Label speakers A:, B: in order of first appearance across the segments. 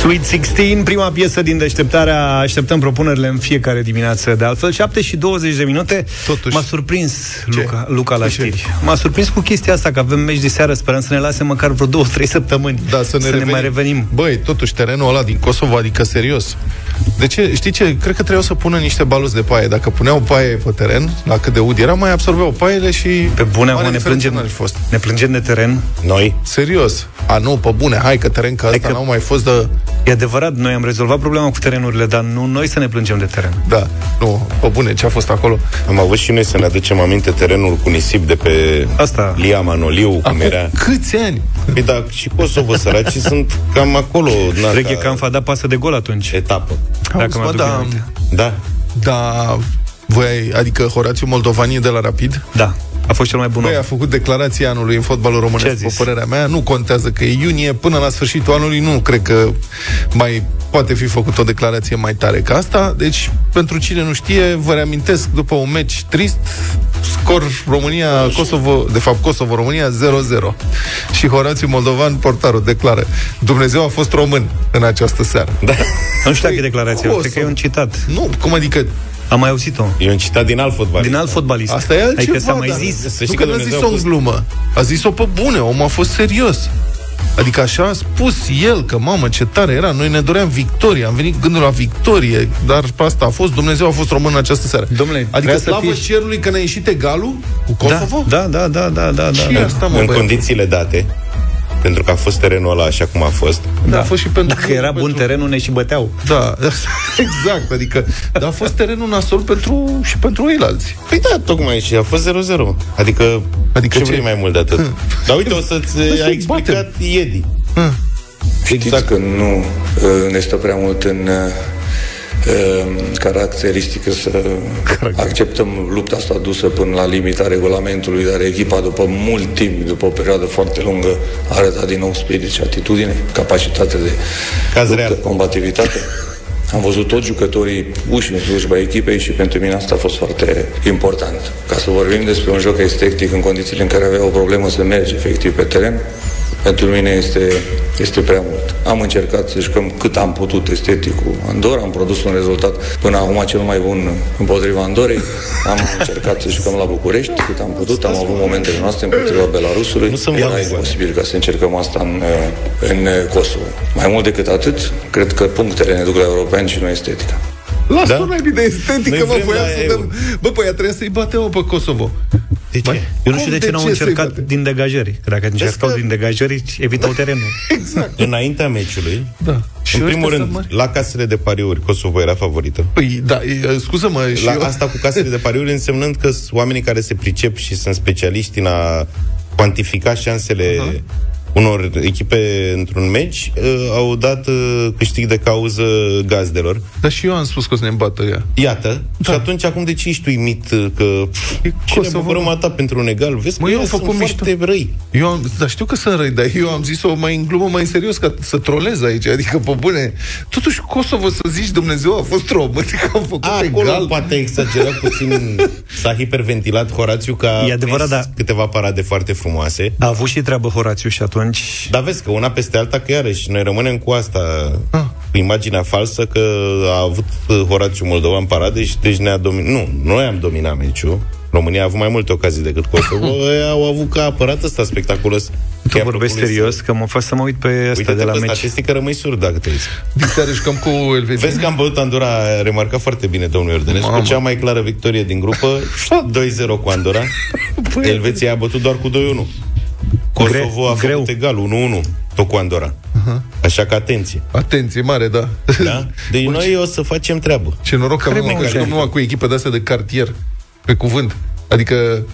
A: Sweet 16, prima piesă din deșteptarea. Așteptăm propunerile în fiecare dimineață. De altfel, 7 și 20 de minute.
B: Totuși.
A: M-a surprins
B: Ce?
A: Luca, Luca la
B: Cu ce?
A: știri. M-a surprins cu chestia asta, că avem meci de seară. Sperăm să ne lase măcar vreo două, trei săptămâni.
B: Da, să ne,
A: să
B: revenim.
A: ne mai revenim.
B: Băi, totuși, terenul ăla din Kosovo, adică serios. De ce? Știi ce? Cred că trebuiau să pună niște baluți de paie. Dacă puneau paie pe teren, la cât de ud era, mai absorbeau paiele și...
A: Pe bune,
B: Mare
A: acum ne
B: diferență
A: plângem,
B: n-ar fi fost.
A: ne plângem de teren.
C: Noi?
B: Serios. A, nu, pe bune, hai că teren ca asta
A: că-
B: n-au mai fost de...
A: E adevărat, noi am rezolvat problema cu terenurile, dar nu noi să ne plângem de teren.
B: Da, nu, pe bune, ce a fost acolo?
C: Am avut și noi să ne aducem aminte terenul cu nisip de pe
A: Asta.
C: Lia Manoliu, cum era.
B: Câți ani?
C: Păi da, și Kosovo, săracii sunt cam acolo. Na,
A: Reghe Canf a dat pasă de gol atunci.
C: Etapă.
A: Dacă
B: Auzi,
A: mă
B: mă,
A: aduc
B: da,
A: aminte.
C: Da.
B: da, voi, adică Horațiu Moldovanie de la Rapid,
A: Da, a fost cel mai bun.
B: Băi,
A: om.
B: Păi, a făcut declarația anului în fotbalul
A: Ce a
B: românesc,
A: zis?
B: după părerea mea. Nu contează că e iunie, până la sfârșitul anului nu cred că mai poate fi făcut o declarație mai tare ca asta. Deci, pentru cine nu știe, vă reamintesc, după un meci trist, scor România-Kosovo, de fapt Kosovo-România 0-0. Și Horațiu Moldovan, portarul, declară Dumnezeu a fost român în această seară.
C: Da.
A: Nu știu dacă e declarația,
B: Cum o
A: cred că
B: să-
A: e un citat.
B: Nu, cum adică?
A: Am mai auzit-o.
C: E un citat din alt fotbal.
A: Din alt fotbalist.
B: Asta e altceva,
A: Adică s-a mai
B: dar-
A: zis.
C: Să
B: nu
C: știi
B: că
C: că
B: n-a
C: Dumnezeu
B: zis-o
C: a
B: în
C: fost...
B: glumă. A zis-o pe bune, omul a fost serios. Adică așa a spus el că, mamă, ce tare era, noi ne doream victorie, am venit cu gândul la victorie, dar pe asta a fost, Dumnezeu a fost român în această seară.
A: Domnule,
B: adică
A: trebuia să
B: slavă
A: fie-
B: cerului că ne-a ieșit egalul cu
A: Da,
B: Kosovo?
A: da, da, da, da, da.
B: Și
A: da.
B: asta, mă,
C: În
B: băiatul.
C: condițiile date, pentru că a fost terenul ăla așa cum a fost,
B: Da, a fost și pentru...
A: Dacă era bun
B: pentru-
A: terenul, ne și băteau.
B: Da, exact, adică, dar a fost terenul nasol pentru, și pentru ei alții.
C: Păi da, tocmai și a fost 0-0. Adică,
B: Adică
C: adică ce,
B: ce?
C: vrei mai mult de atât? Dar uite, o să-ți
B: Să
C: a
B: se
C: explicat Iedi.
D: Exact că nu uh, ne stă prea mult în uh, caracteristică să acceptăm lupta asta dusă până la limita regulamentului, dar echipa după mult timp, după o perioadă foarte lungă, a arătat din nou spirit și atitudine, capacitate de
C: Caz
D: luptă,
C: real.
D: combativitate. Am văzut toți jucătorii puși în slujba echipei și pentru mine asta a fost foarte important. Ca să vorbim despre un joc estetic în condițiile în care avea o problemă să mergi efectiv pe teren, pentru mine este, este prea mult. Am încercat să jucăm cât am putut estetic cu Andorra, am produs un rezultat până acum cel mai bun împotriva Andorei, am încercat să jucăm la București cât am putut, am avut momentele noastre împotriva Belarusului,
C: Nu sunt
D: era
C: vorbă.
D: posibil ca să încercăm asta în, uh, în uh, Kosovo. Mai mult decât atât, cred că punctele ne duc la europeni și nu estetica.
B: Lasă-o
C: Da?
B: mai bine estetică,
C: Noi
B: mă,
C: vrem
B: voia
C: la
B: să
C: euro.
B: dăm... Bă, păi, a trebuit să-i batem, mă, pe Kosovo.
C: De ce?
B: Mai-
A: Eu nu
B: Cum,
A: știu de ce n-au
B: să-i
A: încercat
B: batem?
A: din degajări. Că Dacă încercau
B: că-
A: din degajări, evitau terenul.
C: Înaintea meciului,
B: Da.
C: în primul
B: ăștia
C: rând,
B: sunt mari.
C: la casele de pariuri, Kosovo era favorită.
B: Păi, da, e, scuză-mă, și
C: La
B: eu...
C: asta cu casele de pariuri însemnând că sunt oamenii care se pricep și sunt specialiști în a cuantifica șansele uh-huh. unor echipe într-un meci, uh, au dat uh, câștig de cauză gazdelor.
B: Dar și eu am spus că o să ne îmbată ea.
C: Iată. Da. Și atunci, acum de ce ești uimit uh, că pf,
B: E
C: cine
B: Kosovo,
C: bucurăm a ta pentru un egal? Vezi
B: Mă,
C: că
B: eu am
C: ele
B: făcut
C: sunt
B: mișto.
C: foarte răi.
B: Eu am, dar știu că sunt răi, dar eu am zis-o mai în glumă, mai în serios, ca să trolez aici. Adică, pe bune, totuși Kosovo să zici Dumnezeu a fost român, că am făcut
C: A, acolo
B: egal.
C: poate exagera puțin S-a hiperventilat Horațiu că a
A: E adevărat,
C: prins
A: da.
C: câteva parade foarte frumoase
A: A avut și treabă Horațiu și atunci...
C: Dar vezi că una peste alta că iarăși noi rămânem cu asta, ah. cu imaginea falsă că a avut uh, Horațiu Moldovan parade și deci ne-a dominat. Nu, noi am dominat meciul. România a avut mai multe ocazii decât Kosovo. Ei au avut ca apărat ăsta spectaculos.
A: Ah. Tu vorbești serios, că mă fac să mă uit pe asta
C: Uite
A: de la
C: pe
A: meci.
C: statistică, rămâi surd dacă te uiți.
B: Din care jucăm cu Elveția.
C: Vezi că am băut Andorra, a remarcat foarte bine domnul Iordănescu,
B: Mamă.
C: cea mai clară victorie din grupă, 2-0 cu Andorra. Elveția a bătut doar cu 2-1. Kosovo a
A: greu.
C: făcut egal, 1-1, tot cu Andorra. Așa că atenție.
B: Atenție mare, da.
C: Da? Deci noi o să facem treabă.
B: Ce noroc că
C: mă,
B: avem
C: că-
B: jucăm numai cu echipe de-astea de cartier. Pe cuvânt. Adică,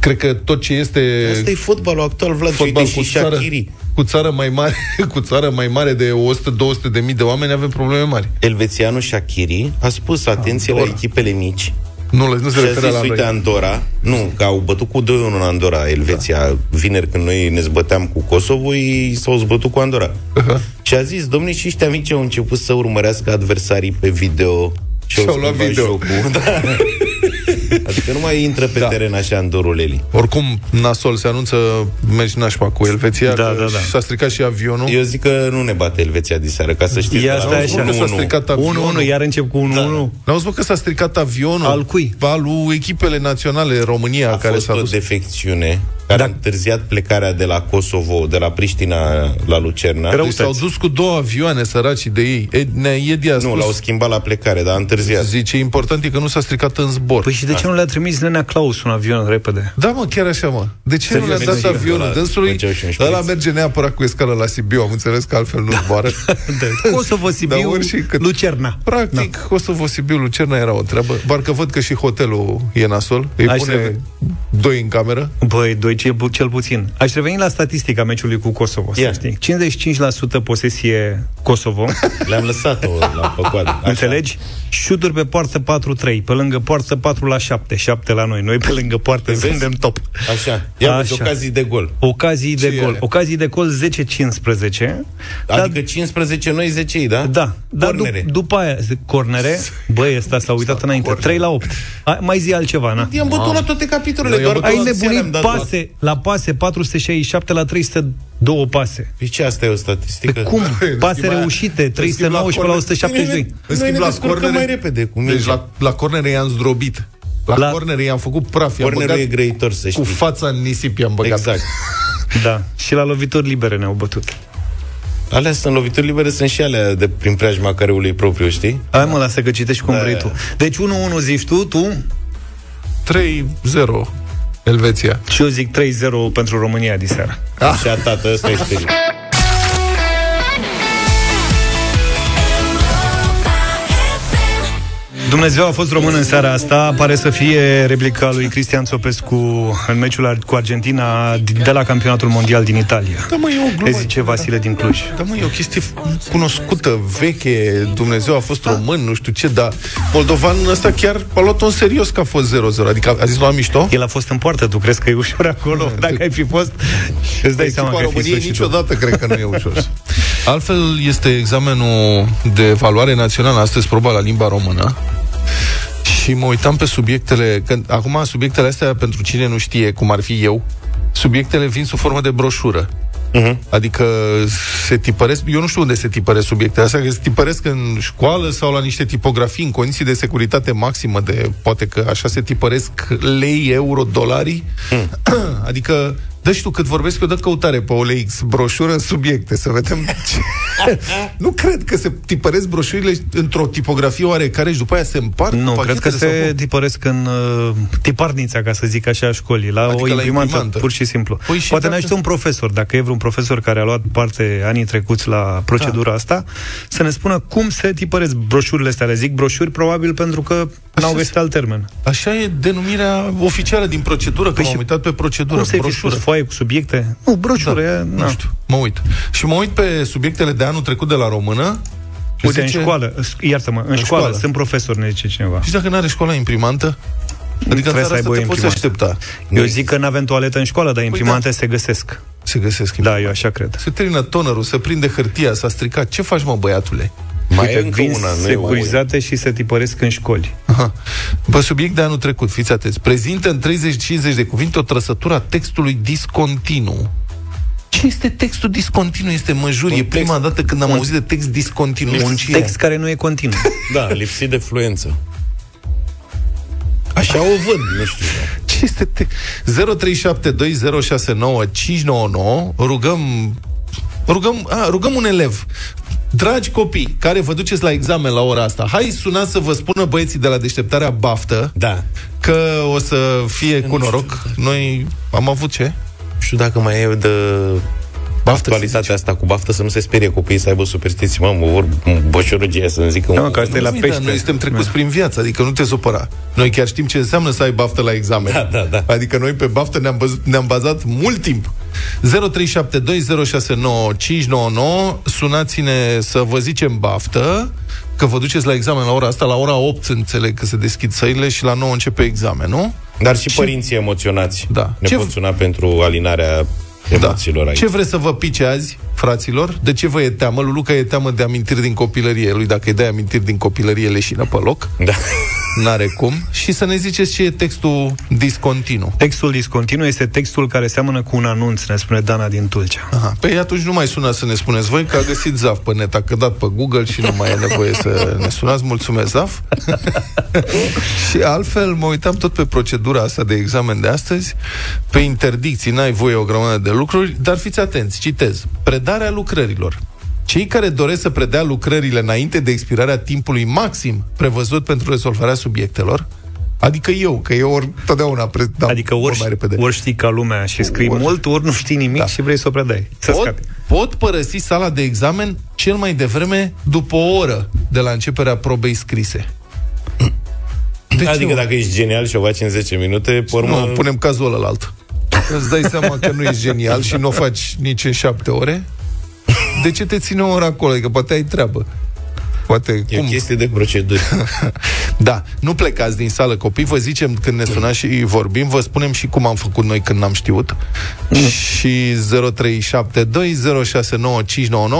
B: cred că tot ce este...
C: Asta e fotbalul actual, Vlad. Fotbal
B: fotbal
C: Uite,
B: cu
C: și
B: țară,
C: Shakiri.
B: cu țară mai mare, cu țară mai mare de 100-200 de mii de oameni avem probleme mari.
C: Elvețianul Shakiri a spus atenție la echipele mici.
B: Nu, le- nu se
C: Și a
B: referă
C: zis,
B: la
C: uite,
B: noi.
C: Andorra, nu, că au bătut cu 2-1 în Andorra, Elveția, da. vineri când noi ne zbăteam cu Kosovo, ei s-au zbătut cu Andorra. Și a zis, domnule, și ăștia mici au început să urmărească adversarii pe video și
B: Și-au
C: schimbat
B: luat video.
C: Jocul. Da. Adică nu mai intră pe
B: Da.
C: da. teren așa în dorul Eli.
B: Oricum, nasol se anunță meci nașpa cu Elveția
A: Da,
B: că
A: da, da.
B: și S-a stricat și avionul
C: Eu zic că nu ne bate Elveția diseară, ca să știți.
A: Ia
C: de la
A: stai
C: unu,
A: așa.
C: unu.
B: S-a stricat avionul
A: 1-1, iar încep cu 1-1.
B: N-auzi, bă, că s-a stricat avionul
A: Al cui?
B: Al lui echipele naționale România
C: A
B: care
C: fost
B: s-a
C: o
B: dus Da.
C: defecțiune care
A: Dacă-
C: a întârziat plecarea de la Kosovo, de la Priștina la Lucerna.
B: Deci s-au dus cu două avioane săracii de ei Ed, ne, Edi a
C: Nu,
B: spus,
C: l-au schimbat la plecare, dar a întârziat.
B: zice, important e că nu s-a stricat în zbor
A: Păi și de ce nu le-a trimis nenea Claus un avion repede?
B: Da, mă, chiar așa, mă. De ce
C: Serios,
B: nu le-a dat
C: mergeau și
B: avionul
C: ăla,
B: dânsului?
C: Da, mergeau și înșpăiți.
B: Ăla merge neapărat cu escală la Sibiu, am înțeles că altfel nu zboară.
C: Da.
A: Kosovo,
B: Dar
A: Sibiu,
B: orice cât-
A: Lucerna.
B: Practic, da. Kosovo, Sibiu, Lucerna era o treabă. Parcă văd că și hotelul e nasol. Îi
A: Hai să
B: pune
A: vedem.
B: doi în cameră.
A: Băi, doi cel, pu- cel puțin. Aș reveni la statistica meciului cu Kosovo,
C: Ia.
A: să știi. 55% posesie Kosovo,
C: Le-am lăsat-o la păcoadă. Așa.
A: înțelegi? Șuturi pe poartă 4-3, pe lângă poartă 4 la 7, 7 la noi. Noi pe lângă poartă
C: Vezi?
A: suntem top.
C: Așa. Ia uite,
A: Așa.
C: ocazii de gol.
A: Ocazii de
B: Ce
A: gol.
B: ele?
A: Ocazii de gol 10-15.
C: Adică 15 noi, 10 ei, da?
A: Da, dar
C: Cornere.
A: dup- după aia, zic, cornere, băi, ăsta s-a uitat înainte, 3 la 8. A, mai zi altceva, na.
C: I-am bătut la toate capitolele,
B: Da,
C: doar
B: i-am
C: pe
A: Ai
C: la ția le-am
A: nebunit
C: dat doar.
A: pase, la pase 467 la 302 pase.
C: Păi ce, asta e o
A: Pe
C: statistică?
A: Păi cum? Pase
B: schimba-
A: reușite,
B: În schimb,
A: 319 la
B: corner-
A: 172.
B: În
C: Noi
B: schimb,
C: ne
B: la
C: descurcăm
B: cornere-
C: mai repede cu
B: Deci
C: mingea.
B: la, la cornere i-am zdrobit. La,
A: La-
B: cornere i-am făcut praf. I-am
C: Cornerul
B: băgat
C: e grăitor, să
B: cu
C: știi.
B: fața în nisip i-am băgat.
C: Exact.
A: Da, și la lovituri libere ne-au bătut.
C: Alea sunt lovituri libere, sunt și alea de prin preajma căreului propriu, știi?
A: Hai mă, lasă că citești cum
C: Da.
A: vrei tu. Deci 1-1 zici tu, tu,
B: 3-0 Elveția.
A: și eu zic 3-0 pentru România diseară.
B: Ah.
C: Așa, tată, ăsta este.
A: Dumnezeu a fost român în seara asta. Pare să fie replica lui Cristian Sopescu în meciul ar- cu Argentina din- de la campionatul mondial din Italia.
B: Da, mă, e o
A: Le
B: glumă.
A: zice Vasile din Cluj.
B: Da, mă, e o chestie f- cunoscută, veche, Dumnezeu a fost român, nu știu ce, dar Moldovanul ăsta chiar a luat-o în serios că a fost 0-0, adică a zis la mișto?
A: El a fost în poartă, tu crezi că e ușor acolo? Dacă ai fi fost, îți dai seama că
B: Da. Echipa
A: ai fi
B: României
A: sus și tu.
B: niciodată cred că nu e ușor. Altfel este examenul de evaluare națională, astăzi proba la limba română. Și mă uitam pe subiectele, că acum subiectele astea, pentru cine nu știe cum ar fi eu, subiectele vin sub formă de broșură. Uh-huh. Adică se tipăresc, eu nu știu unde se tipăresc subiectele astea, că se tipăresc în școală sau la niște tipografii, în condiții de securitate maximă, de poate că așa se tipăresc lei, euro, dolari. adică, dă și tu cât vorbesc, eu dă căutare pe OLX, broșură în subiecte, să vedem ce... nu cred că se tipăresc broșurile într-o tipografie oarecare și după aia se împart
A: Nu,
B: cu
A: cred că
B: pachetele sau
A: se
B: cum?
A: tipăresc în uh, tiparnița, ca să zic așa, a școlii, la
B: Adică
A: o
B: la
A: imprimantă,
B: imprimantă.
A: pur și simplu.
B: Păi și
A: Poate
B: dacă-
A: ne ajută un profesor, dacă e vreun profesor care a luat parte anii trecuți la
B: Da.
A: procedura asta, să ne spună cum se tipăresc broșurile astea. Le zic broșuri, probabil pentru că n-au
B: Păi se-
A: găsit alt termen.
B: Așa e denumirea oficială din procedură, că
A: Păi
B: m-am
A: și
B: uitat pe procedură,
A: Cum se Da. fi
B: broșură. Da.
A: spus foaie cu subiecte? Nu, broșură, e, na.
B: Nu știu, mă uit. Și mă uit pe subiectele de anul trecut de la română.
A: Uite,
B: Uite
A: în
B: ce-
A: școală, sc- iartă-mă, în, școală,
B: școală.
A: sunt profesor, ne zice cineva.
B: Și "Deci dacă nu are școala imprimantă? Adică în
A: Trebuie să
B: țara
A: aibă
B: asta te poți
A: imprimantă.
B: aștepta.
A: Eu zic că n-avem toaletă în școală, dar imprimante
B: da.
A: se găsesc.
B: Se găsesc
A: Da, eu așa cred.
B: Se termină tonerul, se prinde hârtia, s-a stricat. Ce faci, mă, băiatule?
C: Mai e
A: Uite,
C: încă
A: vin
C: una, nu e o mai
A: securizate și se tipăresc în școli.
B: Aha. Pe subiect de anul trecut, fiți atenți. Prezintă în 30-50 de cuvinte o trăsătură a textului discontinu. Ce este textul discontinu? Este măjur. E
C: Un text-
B: prima dată când am auzit de text discontinu.
A: Un
B: Ce e?
A: text care nu e continuu.
C: Da, lipsit de fluență. Așa o văd, nu știu.
B: Ce este te... 0372069599 rugăm rugăm, a, rugăm un elev Dragi copii care vă duceți la examen la ora asta, hai sunați să vă spună băieții de la deșteptarea baftă
C: Da.
B: că o să fie cu
C: nu știu,
B: noroc. Noi am avut ce?
C: Nu știu dacă mai e de
B: Baftă, se zice.
C: actualitatea asta cu baftă să nu se sperie copiii să aibă superstiții. Mă, mă vor boșorugie să-mi zică
A: Da,
C: un...
A: mă, că asta e la
B: Zi, da, noi
A: pește.
B: suntem trecuți prin viață, adică nu te supăra. Noi chiar știm ce înseamnă să ai baftă la examen.
C: Da, da, da.
B: Adică noi pe baftă ne-am, băz- ne-am bazat mult timp. 0372069599 Sunați-ne să vă zicem baftă, că vă duceți la examen la ora asta, la ora 8 înțeleg că se deschid săile și la 9 începe examenul.
C: Dar și părinții emoționați
B: Da.
C: ne
B: Ce- Da.
C: pot suna pentru alinarea emoțiilor aici.
B: Ce vreți să vă pice azi? fraților? De ce vă e teamă? Lui Luca e teamă de amintiri din copilărie. Lui dacă îi dai amintiri din copilărie, leșină pe loc.
C: Da.
B: N-are cum. Și să ne ziceți ce e textul discontinu.
A: Textul discontinu este textul care seamănă cu un anunț, ne spune Dana din Tulcea.
B: Aha. Păi atunci nu mai sună să ne spuneți voi că a găsit Zaf pe net, a cădat pe Google și nu mai e nevoie să ne sunați. Mulțumesc, Zaf. și altfel, mă uitam tot pe procedura asta de examen de astăzi, pe interdicții, n-ai voie o grămadă de lucruri, dar fiți atenți, citez. Predarea lucrărilor. Cei care doresc să predea lucrările înainte de expirarea timpului maxim prevăzut pentru rezolvarea subiectelor, adică eu, că eu ori, totdeauna predau
A: Adică
B: mult
A: ori,
B: Da, mai repede.
A: ori știi ca lumea și scrii
B: Ori-
A: mult, ori nu știi nimic
B: Da.
A: și vrei să o predai. Să
B: pot,
A: scapi.
B: pot părăsi sala de examen cel mai devreme după o oră de la începerea probei scrise. De ce
C: Adică
B: nu?
C: dacă ești genial și o faci în 10 minute, pe urmă...
B: Nu, punem cazul ălălalt. Îți dai seama că nu ești genial și nu o faci nici în șapte ore? De ce te ține o oră acolo? Adică poate ai treabă. Poate,
C: E o
B: cum?
C: chestie de proceduri.
B: Da, nu plecați din sală, copii, vă zicem când ne sunați și vorbim, vă spunem și cum am făcut noi când n-am știut. și 0372069599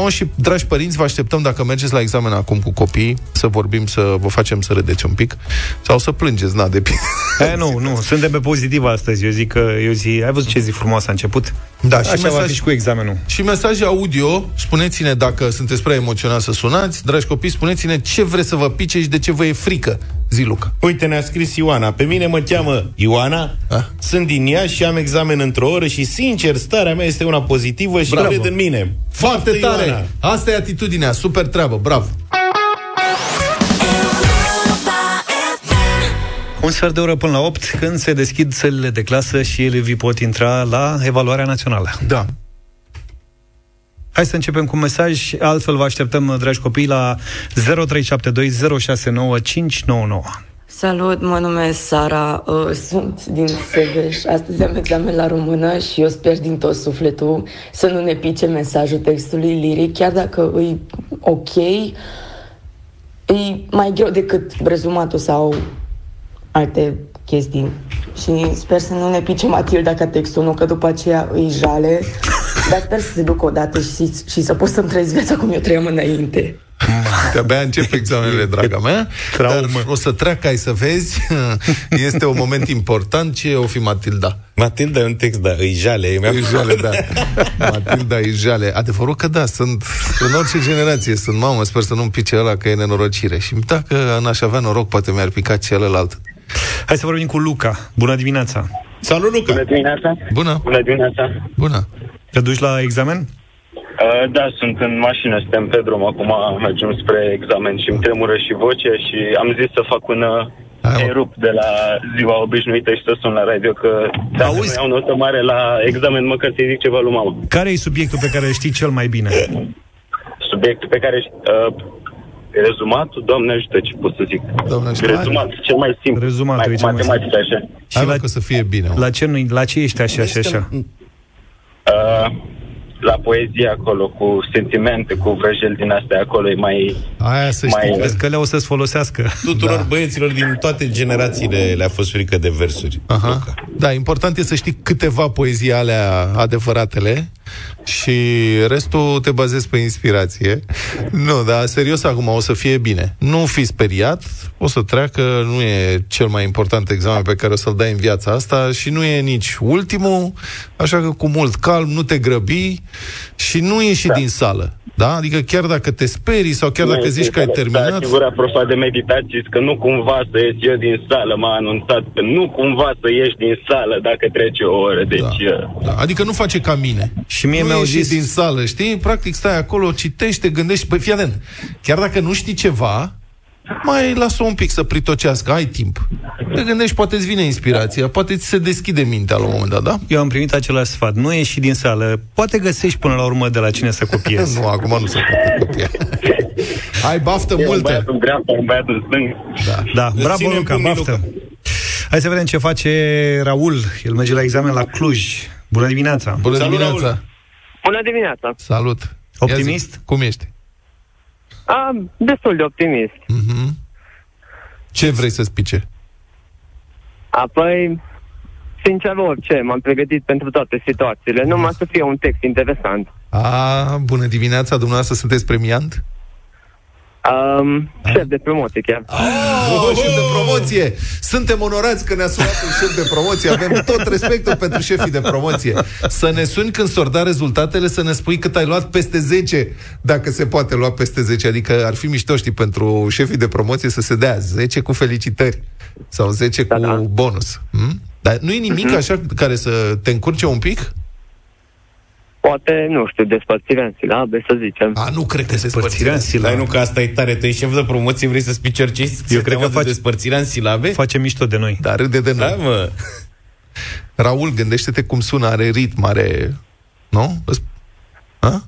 B: și, dragi părinți, vă așteptăm dacă mergeți la examen acum cu copii, să vorbim, să vă facem să râdeți un pic sau să plângeți, na, depinde.
A: E, nu, nu, suntem pe pozitiv astăzi. Eu zic că eu zi, ai văzut ce zi frumoasă a început?
B: Da, și
A: Așa va
B: mesaj-
A: fi și cu examenul.
B: Și mesaje audio, spuneți-ne dacă sunteți prea emoționat să sunați, dragi copii, spuneți-ne ce vreți să vă pice și de ce vă e frică, zi Luca.
C: Uite, ne-a scris Ioana. Pe mine mă cheamă Ioana,
B: Ah.
C: sunt din ea și am examen într-o oră și, sincer, starea mea este una pozitivă și
B: Bravo.
C: cred în mine.
B: Foarte
C: Poftă,
B: tare!
C: Ioana.
B: Asta e atitudinea, super treabă, bravo!
A: Un sfert de oră până la 8, când se deschid sălile de clasă și elevii pot intra la evaluarea națională.
B: Da.
A: Hai să începem cu un mesaj, altfel vă așteptăm, dragi copii, la 0372069599.
E: Salut, mă numesc Sara, uh, sunt din Seveș, astăzi am examen la română și eu sper din tot sufletul să nu ne pice mesajul textului liric, chiar dacă îi ok, e mai greu decât rezumatul sau alte chestii. Și sper să nu ne pice Matilda ca textul, nu că după aceea îi jale, dar sper să se ducă odată și, și să pot să-mi trăiesc viața cum eu trăiam înainte.
B: De-abia încep examenele, draga mea.
A: Traumă.
B: Dar o să treacă, ai să vezi. Este un moment important. Ce o fi Matilda?
C: Matilda e un text, da, îi jale. Mi-a
B: E jale, da. Matilda e jale. Adevărul că da, sunt în orice generație. Sunt mamă, sper să nu-mi pice ăla că e nenorocire. Și dacă n-aș avea noroc, poate mi-ar pica celălalt.
A: Hai să vorbim cu Luca. Bună dimineața!
C: Salut, Luca!
F: Bună dimineața!
B: Bună,
F: Bună dimineața!
B: bună.
A: Te duci la examen?
F: Uh, da, sunt în mașină, suntem pe drum, acum mergem spre examen și îmi tremură și vocea și am zis să fac un uh,
B: Hai, mă.
F: erup de la ziua obișnuită și să sun la radio că dacă
A: Auzi?
F: Auzi? iau notă mare la examen, măcar să-i zic ceva lui mama.
A: Care e subiectul pe care îl știi cel mai bine?
F: Subiectul pe care... Uh, rezumatul, doamne ajută, ce pot să zic.
B: Doamne ajută.
F: rezumat, cel mai simplu.
A: Rezumatul e
F: mai, cu
A: cel mai
F: matematică, așa.
A: Și
B: Hai
A: la,
B: mă, că o să fie bine. mă.
A: la, ce, nu- la ce ești așa și așa?
F: Uh, la poezie acolo, cu sentimente, cu vrăjeli din astea acolo, e mai...
B: Aia să
F: mai-
B: știi. că-
A: Vezi că alea o să-ți folosească.
C: Tuturor da. băieților din toate generațiile le-a fost frică de versuri.
B: Aha. Da, important e să știi câteva poezii alea adevăratele și restul te bazezi pe inspirație. Nu, dar serios acum, o să fie bine. Nu fi speriat, o să treacă, nu e cel mai important examen pe care o să-l dai în viața asta și nu e nici ultimul, așa că cu mult calm, nu te grăbi și nu ieși da. din sală. Da? Adică chiar dacă te sperii sau chiar dacă zici că ai terminat...
F: Da, sigura profa de meditații, că nu cumva să ies eu din sală, m-a anunțat că nu cumva să ieși din sală dacă trece o oră, deci... Da.
B: Da. Adică nu face ca mine.
A: Și mie
B: nu
A: mi-au
B: ieși
A: zis-
B: din sală, știi? Practic stai acolo, citești, te gândești. Păi fii atent, chiar dacă nu știi ceva, mai lasă un pic să pritocească, ai timp. Te gândești, poate îți vine inspirația, poate ți se deschide mintea la un moment dat, da?
A: Eu am primit același sfat. Nu ieși din sală. Poate găsești până la urmă de la cine să copiezi.
B: Nu, acum nu se poate copia. Ai baftă
F: E un
B: multă.
F: băiat în dreapta, un băiat în stânga. Da.
A: Da,
C: Îți
A: bravo
C: ținem
A: Luca,
C: pumnii,
A: baftă.
C: Luca.
A: Hai să vedem ce face Raul. El merge la examen la Cluj. Bună dimineața!
B: Bună
C: Salut,
B: dimineața!
C: Raul.
G: Bună dimineața!
B: Salut! Ia zi,
A: Optimist?
B: Cum ești?
G: Am destul de optimist.
B: Ce vrei să-ți pice?
G: Apoi, sincer, orice, m-am pregătit pentru toate situațiile, numai să fie un text interesant.
B: A, bună dimineața, dumneavoastră sunteți premiant?
G: Um,
B: Da.
G: șef de promoție chiar.
B: Oh, șef de promoție! Suntem onorați că ne-a sunat un șef de promoție. Avem tot respectul pentru șefii de promoție. Să ne suni când s-or da rezultatele, să ne spui cât ai luat peste 10, dacă se poate lua peste 10. Adică ar fi mișto, știi, pentru șefii de promoție să se dea 10 cu felicitări sau 10
G: Da,
B: cu
G: da. Mhm.
B: bonus. Hmm? Dar nu e nimic așa care să te încurce un pic?
G: Poate, nu știu, despărțirea în silabe, să zicem.
B: A, nu cred că se
A: Despărțirea în
B: spărțire.
C: Dar
A: silabe.
C: nu că asta e tare, tu ești șef de promoție, vrei să spui cercei? Eu
A: cred că faci-
C: despărțirea în silabe?
A: Face mișto de noi.
B: Dar râde de
C: Da,
B: noi.
C: mă.
B: Raul, gândește-te cum sună, are ritm, are... Nu? Îți- A?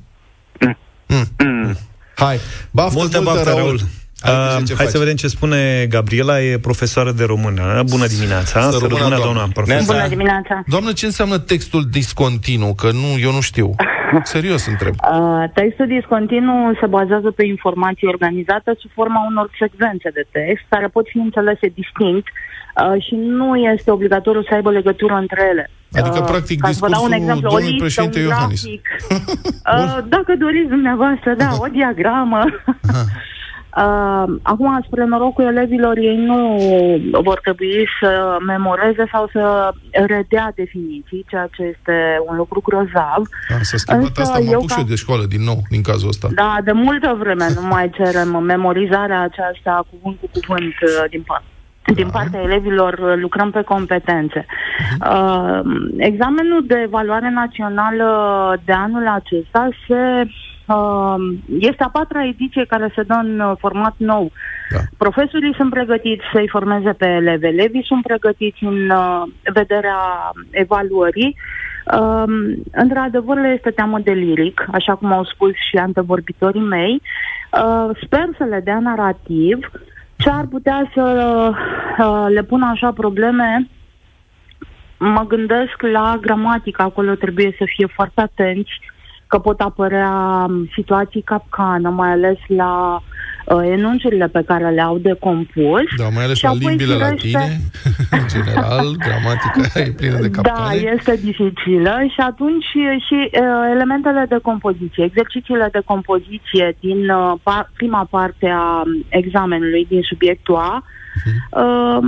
B: Mm. Hai, baftă
A: Multă baftă, Raul.
B: Ai
A: Uh,
B: grijă ce
A: hai
B: faci.
A: să vedem ce spune Gabriela, e profesoară de română. Bună dimineața,
B: Să
A: să
B: rămână,
A: rămână
B: doamnă.
A: doamna profesor.
C: Neața.
H: Bună dimineața!
B: Doamnă, ce înseamnă textul discontinu? Că nu, eu nu știu. Serios întreb.
H: Uh, Textul discontinu se bazează pe informații organizate sub forma unor secvențe de text care pot fi înțelese distinct uh, și nu este obligatoriu să aibă legătură între ele. Uh,
B: Adică, practic,
H: ca să vă dau un
B: discursul
H: exemplu, o
B: domnului
H: listă,
B: președinte
H: un
B: Iohannis.
H: grafic, uh, dacă doriți dumneavoastră, da, o diagramă. Uh, acum, spre norocul elevilor, ei nu vor trebui să memoreze sau să redea definiții, ceea ce este un lucru grozav.
B: A, s-a schimbat
H: Însă
B: Da, asta, mă
H: eu
B: apuc
H: ca-
B: și eu de școală din nou, din cazul ăsta.
H: Da, de multă vreme nu mai cerem memorizarea aceasta cuvânt cu cuvânt uh, din parte. Din partea elevilor uh, lucrăm pe competențe. Uh, examenul de evaluare națională de anul acesta se, uh, este a patra ediție care se dă în uh, format nou.
B: Da.
H: Profesorii sunt pregătiți să-i formeze pe elevi, elevii sunt pregătiți în uh, vederea evaluării. Um, într-adevăr, le este teamă de liric, așa cum au spus și antevorbitorii mei. Uh, sper să le dea narativ ce ar putea să uh, le pună așa probleme. Mă gândesc la gramatică, acolo trebuie să fie foarte atenți că pot apărea um, situații capcană, mai ales la uh, enunțurile pe care le-au de compus.
B: Da, mai ales
H: Și
B: la
H: apoi,
B: limbile
H: firește-
B: latine, în general, gramatica e plină de
H: Da,
B: capcane.
H: este dificilă și atunci și, și uh, elementele de compoziție, exercițiile de compoziție din uh, pa- prima parte a examenului din subiectul A,
B: Mhm.
H: uh,